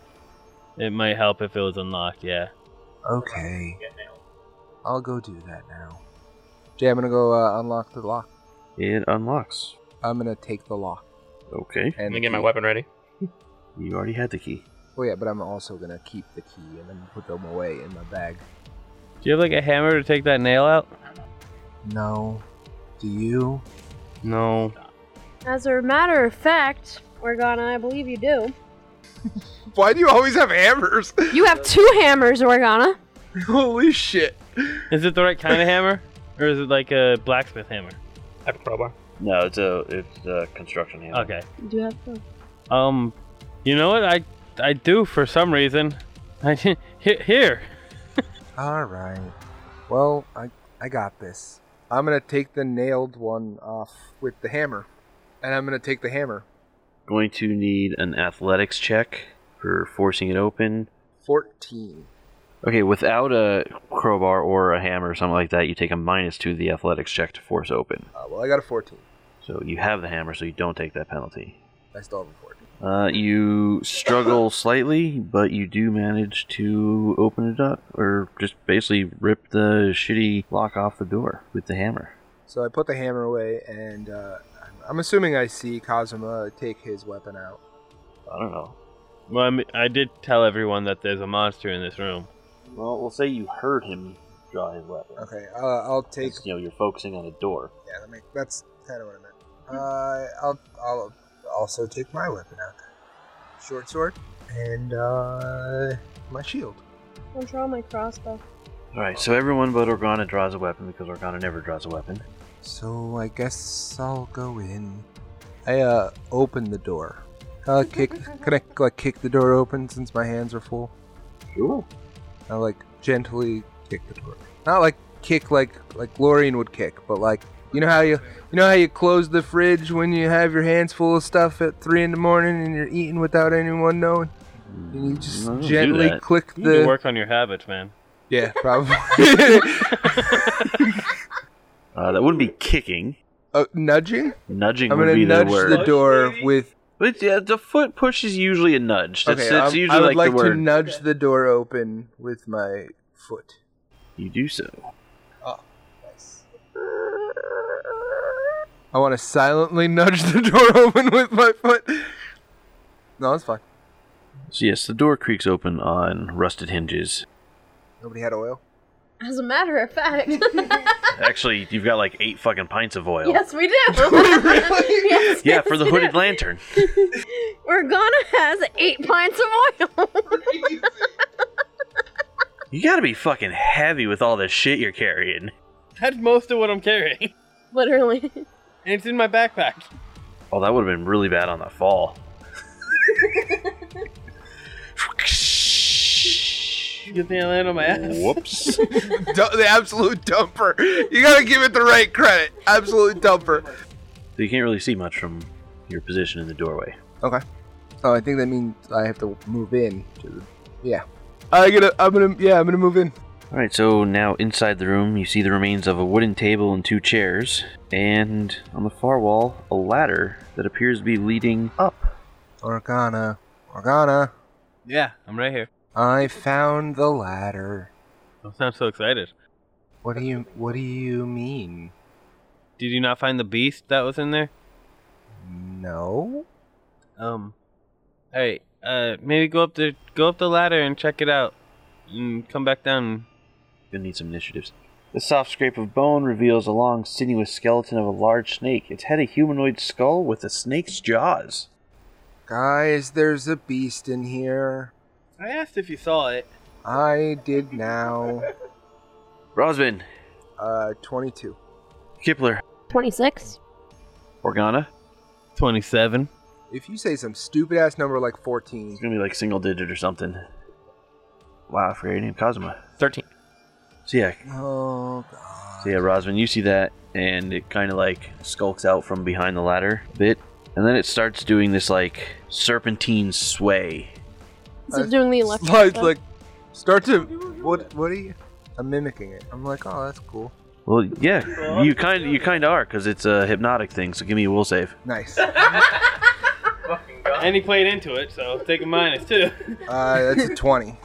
Speaker 4: it might help if it was unlocked. Yeah.
Speaker 2: Okay. I'll go do that now. Jay, I'm gonna go uh, unlock the lock.
Speaker 1: It unlocks.
Speaker 2: I'm gonna take the lock.
Speaker 1: Okay.
Speaker 2: And
Speaker 5: Let me get my
Speaker 2: keep-
Speaker 5: weapon ready.
Speaker 1: You already had the key.
Speaker 2: Oh yeah, but I'm also gonna keep the key and then put them away in my bag.
Speaker 4: Do you have like a hammer to take that nail out?
Speaker 2: No. Do you?
Speaker 4: No.
Speaker 3: As a matter of fact, Organa, I believe you do.
Speaker 2: [laughs] Why do you always have hammers?
Speaker 3: [laughs] You have two hammers, Organa.
Speaker 2: Holy shit.
Speaker 4: Is it the right [laughs] kind of hammer, or is it like a blacksmith hammer?
Speaker 5: I have a crowbar.
Speaker 1: No, it's a it's a construction handle.
Speaker 4: Okay.
Speaker 3: You do have two.
Speaker 4: Um, you know what? I I do for some reason. [laughs] I didn't- he- here.
Speaker 2: All right. Well, I I got this. I'm gonna take the nailed one off with the hammer, and I'm gonna take the hammer.
Speaker 1: Going to need an athletics check for forcing it open.
Speaker 2: Fourteen.
Speaker 1: Okay, without a crowbar or a hammer or something like that, you take a minus two to the athletics check to force open.
Speaker 2: Uh, well, I got a fourteen.
Speaker 1: So you have the hammer, so you don't take that penalty.
Speaker 2: I still have a fourteen.
Speaker 1: Uh, you [laughs] struggle slightly, but you do manage to open it up, or just basically rip the shitty lock off the door with the hammer.
Speaker 2: So I put the hammer away, and uh, I'm- I'm assuming I see Kazuma take his weapon out.
Speaker 1: I don't know.
Speaker 4: Well, I, mean, I did tell everyone that there's a monster in this room.
Speaker 1: Well, we'll say you heard him draw his weapon.
Speaker 2: Okay, uh, I'll take.
Speaker 1: You know, you're focusing on a door.
Speaker 2: Yeah, that make, that's kind of what I meant. Uh, I'll I'll also take my weapon out. Short sword and uh, my shield.
Speaker 3: I'll draw my crossbow.
Speaker 1: All right, so everyone but Organa draws a weapon because Organa never draws a weapon.
Speaker 2: So I guess I'll go in. I uh open the door. Uh, kick. can I like kick the door open since my hands are full?
Speaker 1: Sure.
Speaker 2: I like gently kick the door. Not like kick like like Lorien would kick, but like you know how you you know how you close the fridge when you have your hands full of stuff at three in the morning and you're eating without anyone knowing, and you just gently click
Speaker 4: You need to
Speaker 2: the
Speaker 4: work on your habits, man.
Speaker 1: [laughs]
Speaker 2: yeah probably. [laughs]
Speaker 1: Uh, that wouldn't be kicking.
Speaker 2: Uh, nudging?
Speaker 1: Nudging
Speaker 2: I'm
Speaker 1: would
Speaker 2: gonna
Speaker 1: be
Speaker 2: nudge
Speaker 1: the word.
Speaker 2: the door with.
Speaker 1: But yeah, the foot push is usually a nudge. That's,
Speaker 2: Okay,
Speaker 1: that's
Speaker 2: I'm-
Speaker 1: usually
Speaker 2: I would
Speaker 1: like
Speaker 2: like,
Speaker 1: the word.
Speaker 2: to nudge the door open with my foot.
Speaker 1: you do so.
Speaker 2: I want to silently nudge the [laughs] door open with my foot. No, it's fine.
Speaker 1: So yes, the door creaks open on rusted hinges.
Speaker 2: Nobody had oil.
Speaker 3: As a matter of fact.
Speaker 1: Actually, you've got like eight fucking pints of oil.
Speaker 3: yes, we do.
Speaker 2: Really?
Speaker 3: Yes,
Speaker 1: Yeah, for
Speaker 3: yes,
Speaker 1: the
Speaker 3: we
Speaker 1: hooded
Speaker 3: do.
Speaker 1: lantern.
Speaker 3: [laughs] Organa has eight pints of oil. [laughs]
Speaker 1: You gotta be fucking heavy with all this shit you're carrying.
Speaker 4: That's most of what I'm carrying.
Speaker 3: Literally.
Speaker 4: And it's in my backpack.
Speaker 1: Oh, that would have been really bad on the
Speaker 3: [laughs]
Speaker 1: fall.
Speaker 4: Good thing I land on my ass.
Speaker 1: Whoops.
Speaker 2: Du- the absolute dumper. You gotta give it the right credit. Absolute dumper.
Speaker 1: So you can't really see much from your position in the doorway.
Speaker 2: Okay. Oh, I think that means I have to move in. To the- yeah. I gotta. I'm gonna. Yeah, I'm gonna move in.
Speaker 1: All right, so now inside the room, you see the remains of a wooden table and two chairs, and on the far wall, a ladder that appears to be leading up.
Speaker 2: Organa. Organa.
Speaker 4: Yeah, I'm right here.
Speaker 2: I found the ladder.
Speaker 4: Don't sound so excited.
Speaker 2: What do you? What do you mean?
Speaker 4: Did you not find the beast that was in there?
Speaker 2: No.
Speaker 4: Um. All right. Uh, maybe go up the go up the ladder and check it out, and come back down.
Speaker 1: You'll need some initiatives. The soft scrape of bone reveals a long, sinuous skeleton of a large snake. Its head a humanoid skull with a snake's jaws.
Speaker 2: Guys, there's a beast in here.
Speaker 4: I asked if you saw it.
Speaker 2: I did now.
Speaker 1: Rosvin,
Speaker 2: Uh, 22.
Speaker 1: Kipler,
Speaker 3: 26.
Speaker 1: Organa.
Speaker 4: Twenty-seven.
Speaker 2: If you say some stupid ass number like 14,
Speaker 1: It's gonna be like single digit or something. Wow, I forgot your name, Cosma.
Speaker 5: 13.
Speaker 1: So yeah,
Speaker 2: Oh god.
Speaker 1: So yeah, Rosman, you see that, and it kind of like skulks out from behind the ladder a bit, and then it starts doing this like serpentine sway.
Speaker 3: Is it doing the
Speaker 2: [laughs]
Speaker 3: electric?
Speaker 2: Slides
Speaker 3: stuff?
Speaker 2: like start to what what are you I'm mimicking it. I'm like, oh that's cool.
Speaker 1: Well, yeah, you kind you kind of are because it's a hypnotic thing. So give me a will save.
Speaker 2: Nice. Uh,
Speaker 4: And he played into it, so take a minus too.
Speaker 2: Uh that's a twenty.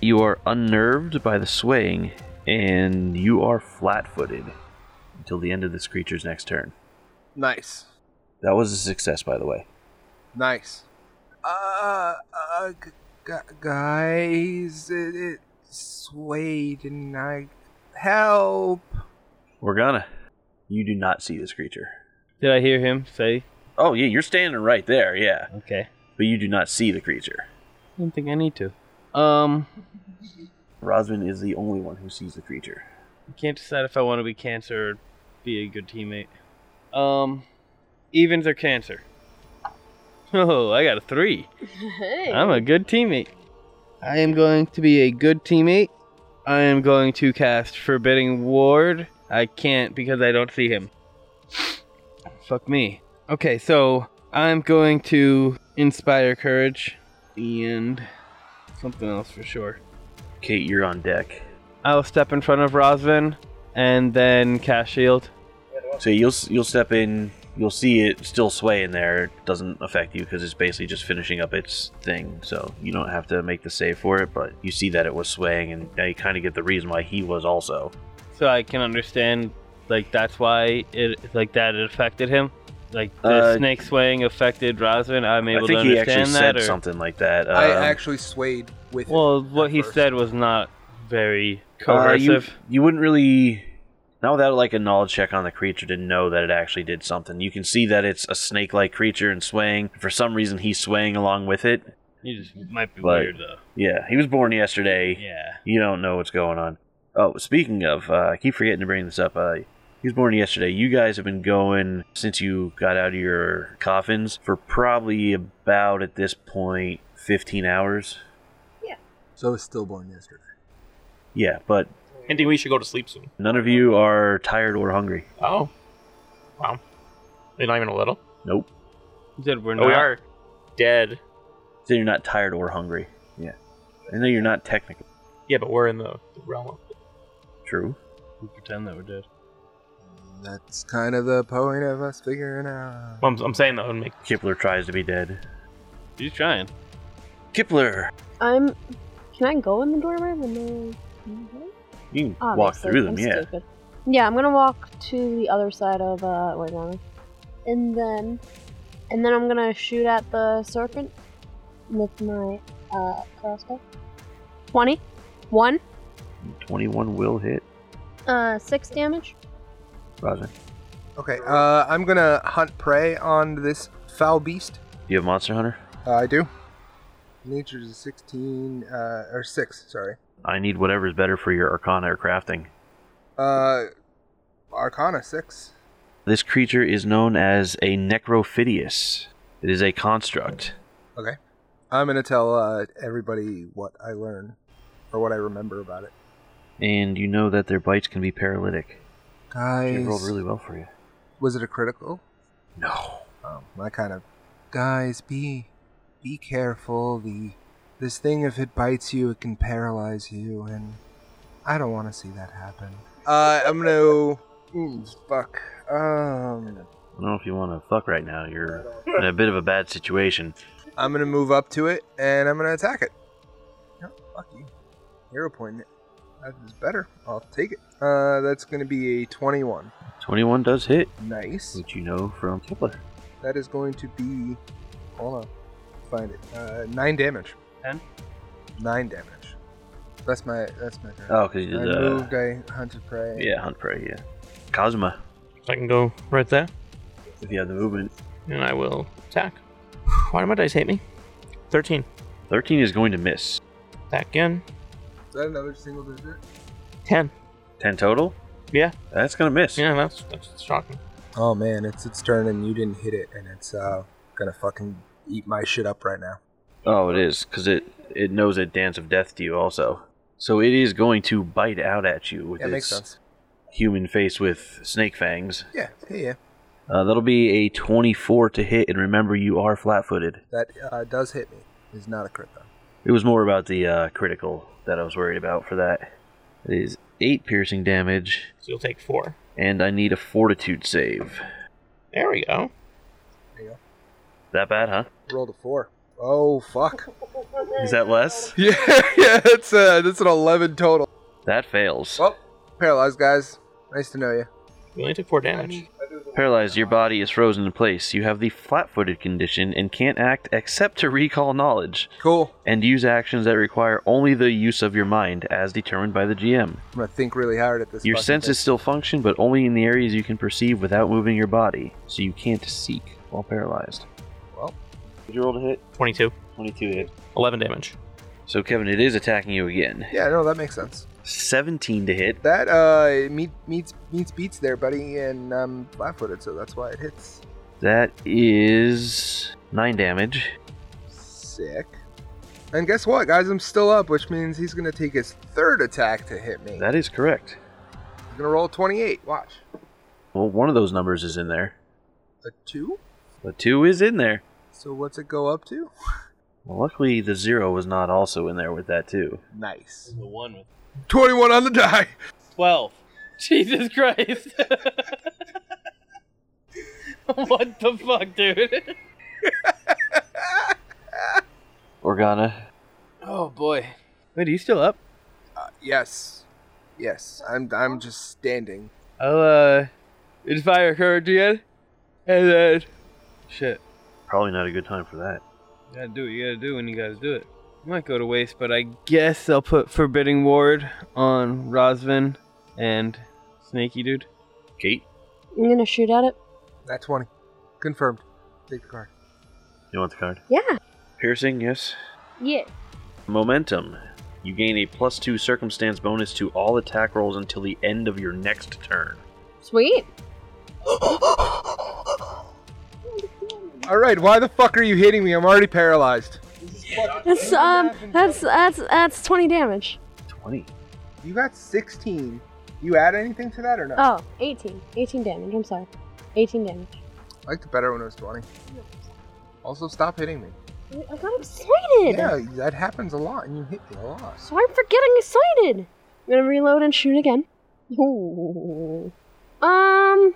Speaker 1: You are unnerved by the swaying, and you are flat-footed until the end of this creature's next turn.
Speaker 2: Nice.
Speaker 1: That was a success, by the way.
Speaker 2: Nice. Uh, uh g- gu- guys it, it swayed and I help
Speaker 1: Organa, you do not see this creature.
Speaker 4: [laughs] Did I hear him say?
Speaker 1: Oh yeah, you're standing right there, yeah,
Speaker 4: Okay.
Speaker 1: but you do not see the creature.
Speaker 4: I don't think I need to. Um,
Speaker 1: Rosman is the only one who sees the creature.
Speaker 4: I can't decide if I want to be cancer or be a good teammate. Um, evens or cancer. [laughs] Oh, I got a three.
Speaker 3: Hey.
Speaker 4: I'm a good teammate. I am going to be a good teammate. I am going to cast Forbidding Ward. I can't because I don't see him. Fuck me. Okay, so I'm going to Inspire Courage and something else for sure.
Speaker 1: Kate, you're on deck.
Speaker 4: I'll step in front of Rosvin and then cast Shield.
Speaker 1: So you'll you'll step in. You'll see it still swaying there. It doesn't affect you because it's basically just finishing up its thing. So you don't have to make the save for it. But you see that it was swaying, and now you kind of get the reason why he was also.
Speaker 4: So I can understand, like, that's why it, like, that it affected him. Like, the
Speaker 1: Uh,
Speaker 4: snake swaying affected Rosvin. I'm able
Speaker 1: I think
Speaker 4: to
Speaker 1: he actually
Speaker 4: understand that.
Speaker 1: said
Speaker 4: or...
Speaker 1: something like that.
Speaker 2: I
Speaker 1: Um,
Speaker 2: actually swayed with it
Speaker 4: Well,
Speaker 2: at
Speaker 4: what he
Speaker 2: first.
Speaker 4: said was not very
Speaker 1: uh, you,
Speaker 4: coercive.
Speaker 1: you wouldn't really. Not without like a knowledge check on the creature to know that it actually did something. You can see that it's a snake-like creature and swaying. For some reason, he's swaying along with it.
Speaker 4: You, just might be
Speaker 1: But-
Speaker 4: weird though.
Speaker 1: Yeah, he was born yesterday.
Speaker 4: Yeah.
Speaker 1: You don't know what's going on. Oh, speaking of, uh, I keep forgetting to bring this up. Uh, he was born yesterday. You guys have been going since you got out of your coffins for probably about at this point 15 hours.
Speaker 2: So it's stillborn yesterday.
Speaker 1: Yeah, but
Speaker 5: Hinting we should go to sleep soon.
Speaker 1: none of you are tired or hungry.
Speaker 5: Oh. Wow. They're not even a little.
Speaker 1: Nope.
Speaker 4: You said we're
Speaker 5: Oh,
Speaker 4: not.
Speaker 5: we are dead.
Speaker 1: So you're not tired or hungry. Yeah. I know you're not technically
Speaker 5: Yeah, but we're in the, the realm of
Speaker 1: true.
Speaker 4: We pretend that we're dead.
Speaker 2: That's kind of the point of us figuring out.
Speaker 5: Well, I'm, I'm saying that would make.
Speaker 1: Kipler tries to be dead.
Speaker 4: He's trying.
Speaker 1: Kipler,
Speaker 3: I'm. Can I go in the doorway when they- can I go?
Speaker 1: you can walk
Speaker 3: Obviously,
Speaker 1: through them,
Speaker 3: I'm
Speaker 1: yeah.
Speaker 3: stupid. Yeah, I'm gonna walk to the other side of uh, Origami, and then, and then I'm gonna shoot at the serpent with my uh, crossbow. Twenty, one,
Speaker 1: 21 will hit.
Speaker 3: uh, six damage.
Speaker 1: Roger.
Speaker 2: Okay, uh, I'm gonna hunt prey on this foul beast.
Speaker 1: Do you have Monster Hunter?
Speaker 2: Uh, I do. Nature's a 16, uh, or 6, sorry.
Speaker 1: I need whatever's better for your Arcana or crafting.
Speaker 2: Uh, Arcana 6.
Speaker 1: This creature is known as a Necrophidius. It is a construct.
Speaker 2: Okay. I'm gonna tell uh, everybody what I learn, or what I remember about it.
Speaker 1: And you know that their bites can be paralytic.
Speaker 2: Guys,
Speaker 1: It rolled really well for you.
Speaker 2: was it a critical?
Speaker 1: No.
Speaker 2: Um, I kind of. Guys, be be careful. The this thing, if it bites you, it can paralyze you, and I don't want to see that happen. Uh, I'm gonna. Ooh, fuck. Um,
Speaker 1: I don't know if you want to fuck right now. You're in a bit of a bad situation.
Speaker 2: I'm gonna move up to it, and I'm gonna attack it.
Speaker 1: Oh,
Speaker 2: No, fuck you. Hero point. it. That is better. I'll take it. Uh, that's gonna be a 21.
Speaker 1: 21 does hit,
Speaker 2: Nice.
Speaker 1: which you know from Kipler.
Speaker 2: That is going to be. Hold on. Find it. Uh, nine damage.
Speaker 4: Ten?
Speaker 2: Nine damage. That's my. That's my turn.
Speaker 1: Oh, because you
Speaker 2: I
Speaker 1: did uh,
Speaker 2: moved. I hunted prey.
Speaker 1: Yeah, Hunt Prey, yeah. Cosma,
Speaker 5: I can go right there,
Speaker 1: if you have the movement.
Speaker 5: and I will attack. Why do my dice hate me? 13.
Speaker 1: 13 is going to miss.
Speaker 5: Attack again.
Speaker 2: Is that another single digit?
Speaker 5: 10.
Speaker 1: 10 total?
Speaker 5: Yeah.
Speaker 1: That's going to miss.
Speaker 5: Yeah, that's, that's shocking.
Speaker 2: Oh man, it's its turn, and you didn't hit it, and it's uh gonna fucking eat my shit up right now.
Speaker 1: Oh, it is, because it, it knows it Dance of Death to you also. So it is going to bite out at you with
Speaker 2: Yeah,
Speaker 1: its
Speaker 2: makes sense.
Speaker 1: human face with snake fangs.
Speaker 2: Yeah, yeah, yeah.
Speaker 1: Uh, that'll be a 24 to hit, and remember, you are flat footed.
Speaker 2: That uh, does hit me. It's not a crit though.
Speaker 1: It was more about the uh, critical that I was worried about for that. It is 8 piercing damage,
Speaker 5: So you'll take 4.
Speaker 1: and I need a fortitude save.
Speaker 5: There we go.
Speaker 1: That bad, huh?
Speaker 2: Rolled a four. Oh fuck.
Speaker 1: Is that less?
Speaker 2: [laughs] Yeah, yeah. That's uh, that's an eleven total.
Speaker 1: That fails.
Speaker 2: Well, paralyzed guys. Nice to know you.
Speaker 5: You only took 4 damage.
Speaker 1: Paralyzed, your body is frozen in place. You have the flat footed condition and can't act except to recall knowledge
Speaker 2: Cool.
Speaker 1: and use actions that require only the use of your mind as determined by the GM.
Speaker 2: I'm gonna think really hard at this.
Speaker 1: Your
Speaker 2: fucking
Speaker 1: senses
Speaker 2: thing.
Speaker 1: still function, but only in the areas you can perceive without moving your body, so you can't seek while paralyzed.
Speaker 2: Well.
Speaker 1: Did you roll a hit?
Speaker 5: 22.
Speaker 1: 22 hit.
Speaker 5: 11 damage.
Speaker 1: So, Kevin, it is attacking you again.
Speaker 2: Yeah, no, that makes sense.
Speaker 1: 17 to hit.
Speaker 2: That uh meet, meets meets beats there, buddy, and I'm flat-footed, so that's why it hits.
Speaker 1: That is 9 damage.
Speaker 2: Sick. And guess what, guys? I'm still up, which means he's gonna take his third attack to hit me.
Speaker 1: That is correct.
Speaker 2: He's gonna roll 28. Watch.
Speaker 1: Well, one of those numbers is in there.
Speaker 2: A two.
Speaker 1: But 2 is in there.
Speaker 2: So what's it go up to?
Speaker 1: Well, luckily, the 0 was not also in there with that, too.
Speaker 2: Nice.
Speaker 4: The one with
Speaker 2: 21 on the die.
Speaker 4: 12. [laughs] Jesus Christ. [laughs] what the fuck, dude? [laughs]
Speaker 1: Organa.
Speaker 4: Oh, boy. Wait, are you still up?
Speaker 2: Uh, yes. Yes. I'm. I'm just standing.
Speaker 4: I'll, uh, inspire courage again. And then. Shit.
Speaker 1: Probably not a good time for that.
Speaker 4: You gotta do what you gotta do when you gotta do it. It might go to waste, but I guess I'll put Forbidding Ward on Rosvin and Snaky Dude.
Speaker 1: Kate,
Speaker 3: I'm gonna shoot at it.
Speaker 2: That 20. Confirmed. Take the card.
Speaker 1: you want the card?
Speaker 3: Yeah.
Speaker 1: Piercing, yes.
Speaker 3: Yeah.
Speaker 1: Momentum. You gain a plus 2 circumstance bonus to all attack rolls until the end of your next turn.
Speaker 3: Sweet.
Speaker 2: All right. Why the fuck are you hitting me? I'm already paralyzed.
Speaker 3: That's um. That's that's that's twenty damage.
Speaker 1: 20.
Speaker 2: You got 16. You add anything to that or not?
Speaker 3: Oh, 18. 18 damage. I'm sorry. 18 damage.
Speaker 2: I liked it better when it was 20. Also, stop hitting me.
Speaker 3: I got excited.
Speaker 2: Yeah, that happens a lot, and you hit me a lot.
Speaker 3: So I'm forgetting excited. I'm gonna reload and shoot again. Ooh. Um,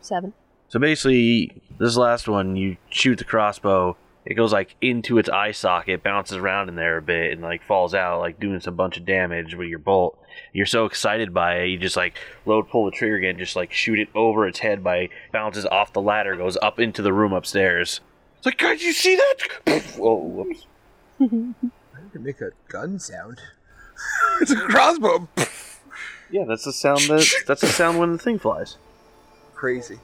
Speaker 3: seven.
Speaker 1: So basically, this last one, you shoot the crossbow. It goes like into its eye socket, bounces around in there a bit, and like falls out, like doing us a bunch of damage with your bolt. You're so excited by it, you just like load, pull the trigger again, just like shoot it over its head by bounces off the ladder, goes up into the room upstairs. It's like, guys, you see that? [laughs] Whoa, whoops.
Speaker 2: I need to make a gun sound. [laughs] it's a crossbow.
Speaker 1: Yeah, that's the sound [laughs] that that's the sound when the thing flies.
Speaker 2: Crazy.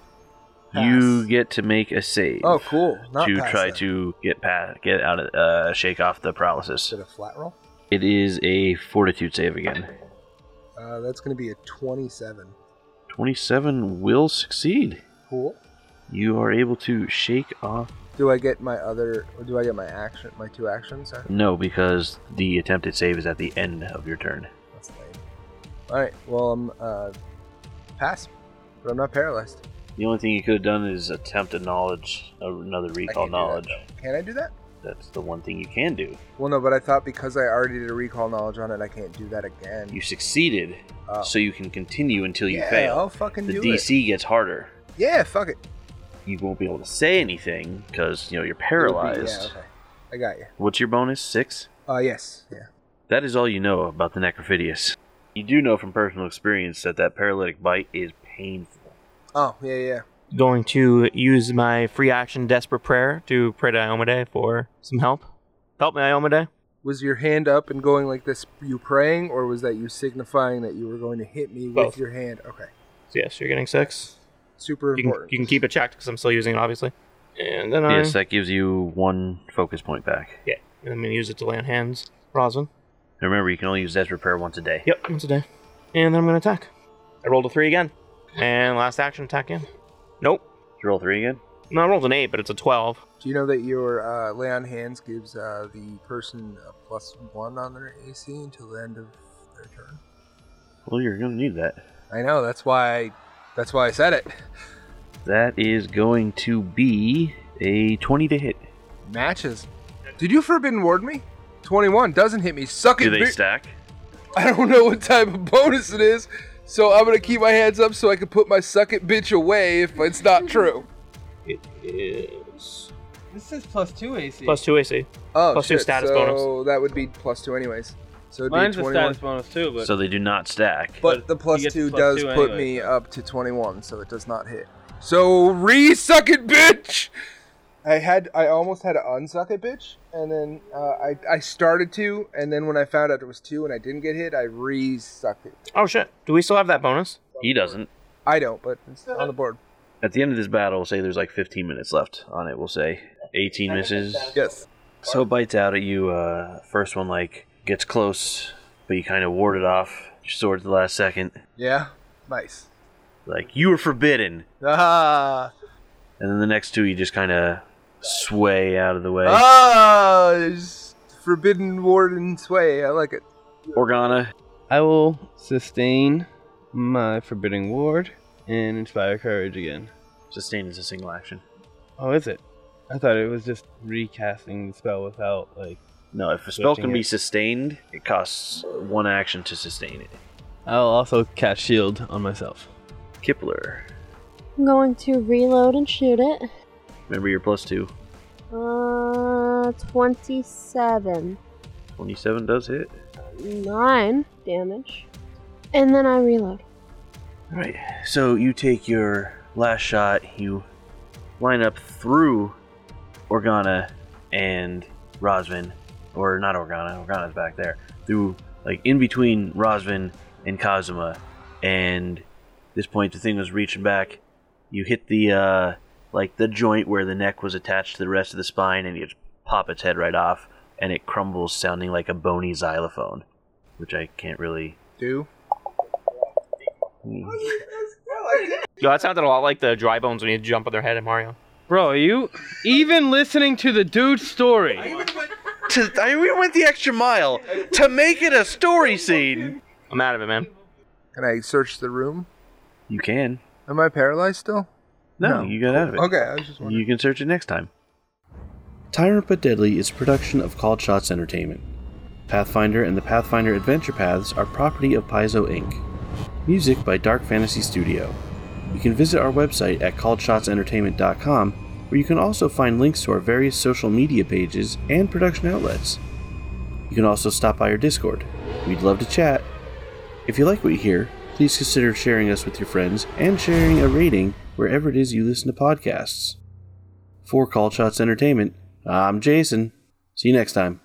Speaker 1: You
Speaker 2: Pass.
Speaker 1: get to make a save.
Speaker 2: Oh, cool. Not
Speaker 1: to
Speaker 2: pass
Speaker 1: try
Speaker 2: then.
Speaker 1: to get pa- get out of uh, shake off the paralysis.
Speaker 2: Is it a flat roll?
Speaker 1: It is a fortitude save again.
Speaker 2: Uh, that's going to be a 27.
Speaker 1: 27 will succeed.
Speaker 2: Cool.
Speaker 1: You are able to shake off.
Speaker 2: Do I get my other, or do I get my action, my two actions? Sorry.
Speaker 1: No, because the attempted save is at the end of your turn.
Speaker 2: That's lame. All right. Well, I'm uh, pass, but I'm not paralyzed.
Speaker 1: The only thing you could have done is attempt a knowledge, uh, another recall
Speaker 2: do that,
Speaker 1: knowledge.
Speaker 2: Can I do that?
Speaker 1: That's the one thing you can do.
Speaker 2: Well, no, but I thought because I already did a recall knowledge on it, I can't do that again.
Speaker 1: You succeeded,
Speaker 2: Oh.
Speaker 1: so you can continue until you
Speaker 2: yeah,
Speaker 1: fail.
Speaker 2: I'll fucking
Speaker 1: The
Speaker 2: do it.
Speaker 1: DC gets harder.
Speaker 2: Yeah, fuck it.
Speaker 1: You won't be able to say anything because you know you're
Speaker 2: It would be-
Speaker 1: paralyzed.
Speaker 2: yeah, okay. I got you.
Speaker 1: What's your bonus? Six.
Speaker 2: Uh, yes. Yeah.
Speaker 1: That is all you know about the necrophidius. You do know from personal experience that that paralytic bite is painful.
Speaker 2: Oh, yeah, yeah.
Speaker 5: Going to use my free action desperate prayer to pray to Iomade for some help. Help me, Iomade.
Speaker 2: Was your hand up and going like this, you praying, or was that you signifying that you were going to hit me
Speaker 5: Both.
Speaker 2: with your hand? Okay.
Speaker 5: So yes, you're getting six.
Speaker 2: Super
Speaker 5: You can,
Speaker 2: important.
Speaker 5: you can keep it checked because I'm still using it, obviously. And then I,
Speaker 1: Yes, that gives you one focus point back.
Speaker 5: yeah, and I'm gonna use it to land hands, Rosin.
Speaker 1: And remember, you can only use that repair once a day.
Speaker 5: Yep, once a day. And then I'm gonna attack. I rolled a three again, and last action attack in. Nope.
Speaker 1: Did you roll three again.
Speaker 5: No, I rolled an eight, but it's a twelve.
Speaker 2: Do you know that your uh, lay on hands gives uh, the person a plus one on their AC until the end of their turn?
Speaker 1: Well, you're gonna need that.
Speaker 2: I know. That's why. That's why I said it.
Speaker 1: That is going to be a twenty to hit.
Speaker 2: Matches. Did you forbidden ward me? Twenty-one doesn't hit me. Suck it.
Speaker 1: Do they
Speaker 2: bi-
Speaker 1: stack?
Speaker 2: I don't know what type of bonus it is, so I'm gonna keep my hands up so I can put my suck it bitch away if it's not true.
Speaker 5: It is
Speaker 4: This says plus two AC.
Speaker 5: plus two AC.
Speaker 2: Oh,
Speaker 5: Plus your
Speaker 2: shit,
Speaker 5: status
Speaker 2: so
Speaker 5: bonus.
Speaker 2: that would be plus two anyways. So it'd
Speaker 4: Mine's
Speaker 2: be
Speaker 4: a
Speaker 2: twenty-one.
Speaker 4: status bonus too, but
Speaker 1: So they do not stack.
Speaker 2: But
Speaker 4: But
Speaker 2: the plus
Speaker 4: you get
Speaker 2: two
Speaker 4: plus
Speaker 2: does
Speaker 4: two
Speaker 2: put
Speaker 4: anyway,
Speaker 2: me up to 21, so it does not hit. So re-suck it, bitch! I had, I almost had to unsuck it, bitch, and then uh, I, I started to, and then when I found out it was two and I didn't get hit, I re-sucked it.
Speaker 5: Oh shit! Do we still have that bonus?
Speaker 1: he doesn't.
Speaker 2: I don't, but it's on the board.
Speaker 1: At the end of this battle, we'll say there's like 15 minutes left on it. We'll say 18 misses.
Speaker 2: Yes.
Speaker 1: So it bites out at you. Uh, first one like gets close, but you kind of ward it off. Your sword at the last second.
Speaker 2: Yeah. Nice.
Speaker 1: Like you were forbidden.
Speaker 2: Ah.
Speaker 1: And then the next two, you just kind of sway out of the way.
Speaker 2: Ah. it's Forbidden warden sway. I like it.
Speaker 1: Organa,
Speaker 4: I will sustain my forbidding ward and inspire courage again.
Speaker 1: sustain is a single action.
Speaker 4: Oh, is it? I thought it was just recasting the spell without like.
Speaker 1: No, if a spell
Speaker 4: Switching
Speaker 1: can be
Speaker 4: it.
Speaker 1: sustained, it costs one action to sustain it.
Speaker 4: I'll also cast shield on myself.
Speaker 1: Kipler,
Speaker 3: I'm going to reload and shoot it.
Speaker 1: remember your plus two.
Speaker 3: Uh, 27.
Speaker 1: 27 does hit.
Speaker 3: 9 damage. And then I reload.
Speaker 1: All right. So you take your last shot. You line up through Organa and Rosvin, or not Organa. Organa's back there. Through like in between Rosvin and Kazuma, and at this point the thing was reaching back. You hit the uh, like the joint where the neck was attached to the rest of the spine, and you just pop its head right off, and it crumbles, sounding like a bony xylophone, which I can't really.
Speaker 2: Do.
Speaker 5: Yo, that sounded a lot like the dry bones when you jump on their head in Mario.
Speaker 4: Bro, are you even listening to the dude's story?
Speaker 1: to I, we went the extra mile to make it a story scene.
Speaker 5: I'm out of it, man.
Speaker 2: Can I search the room?
Speaker 1: You can.
Speaker 2: Am I paralyzed still?
Speaker 1: No, you got out of it.
Speaker 2: Okay, I was just wondering.
Speaker 1: You can search it next time. Tyrant But Deadly is a production of Called Shots Entertainment. Pathfinder and the Pathfinder Adventure Paths are property of Paizo Inc. Music by Dark Fantasy Studio. you can visit our website at calledshotsentertainment.com, where you can also find links to our various social media pages and production outlets. You can also stop by our Discord. We'd love to chat. If you like what you hear, please consider sharing us with your friends and sharing a rating wherever it is you listen to podcasts. For Call Shots Entertainment, I'm Jason. See you next time.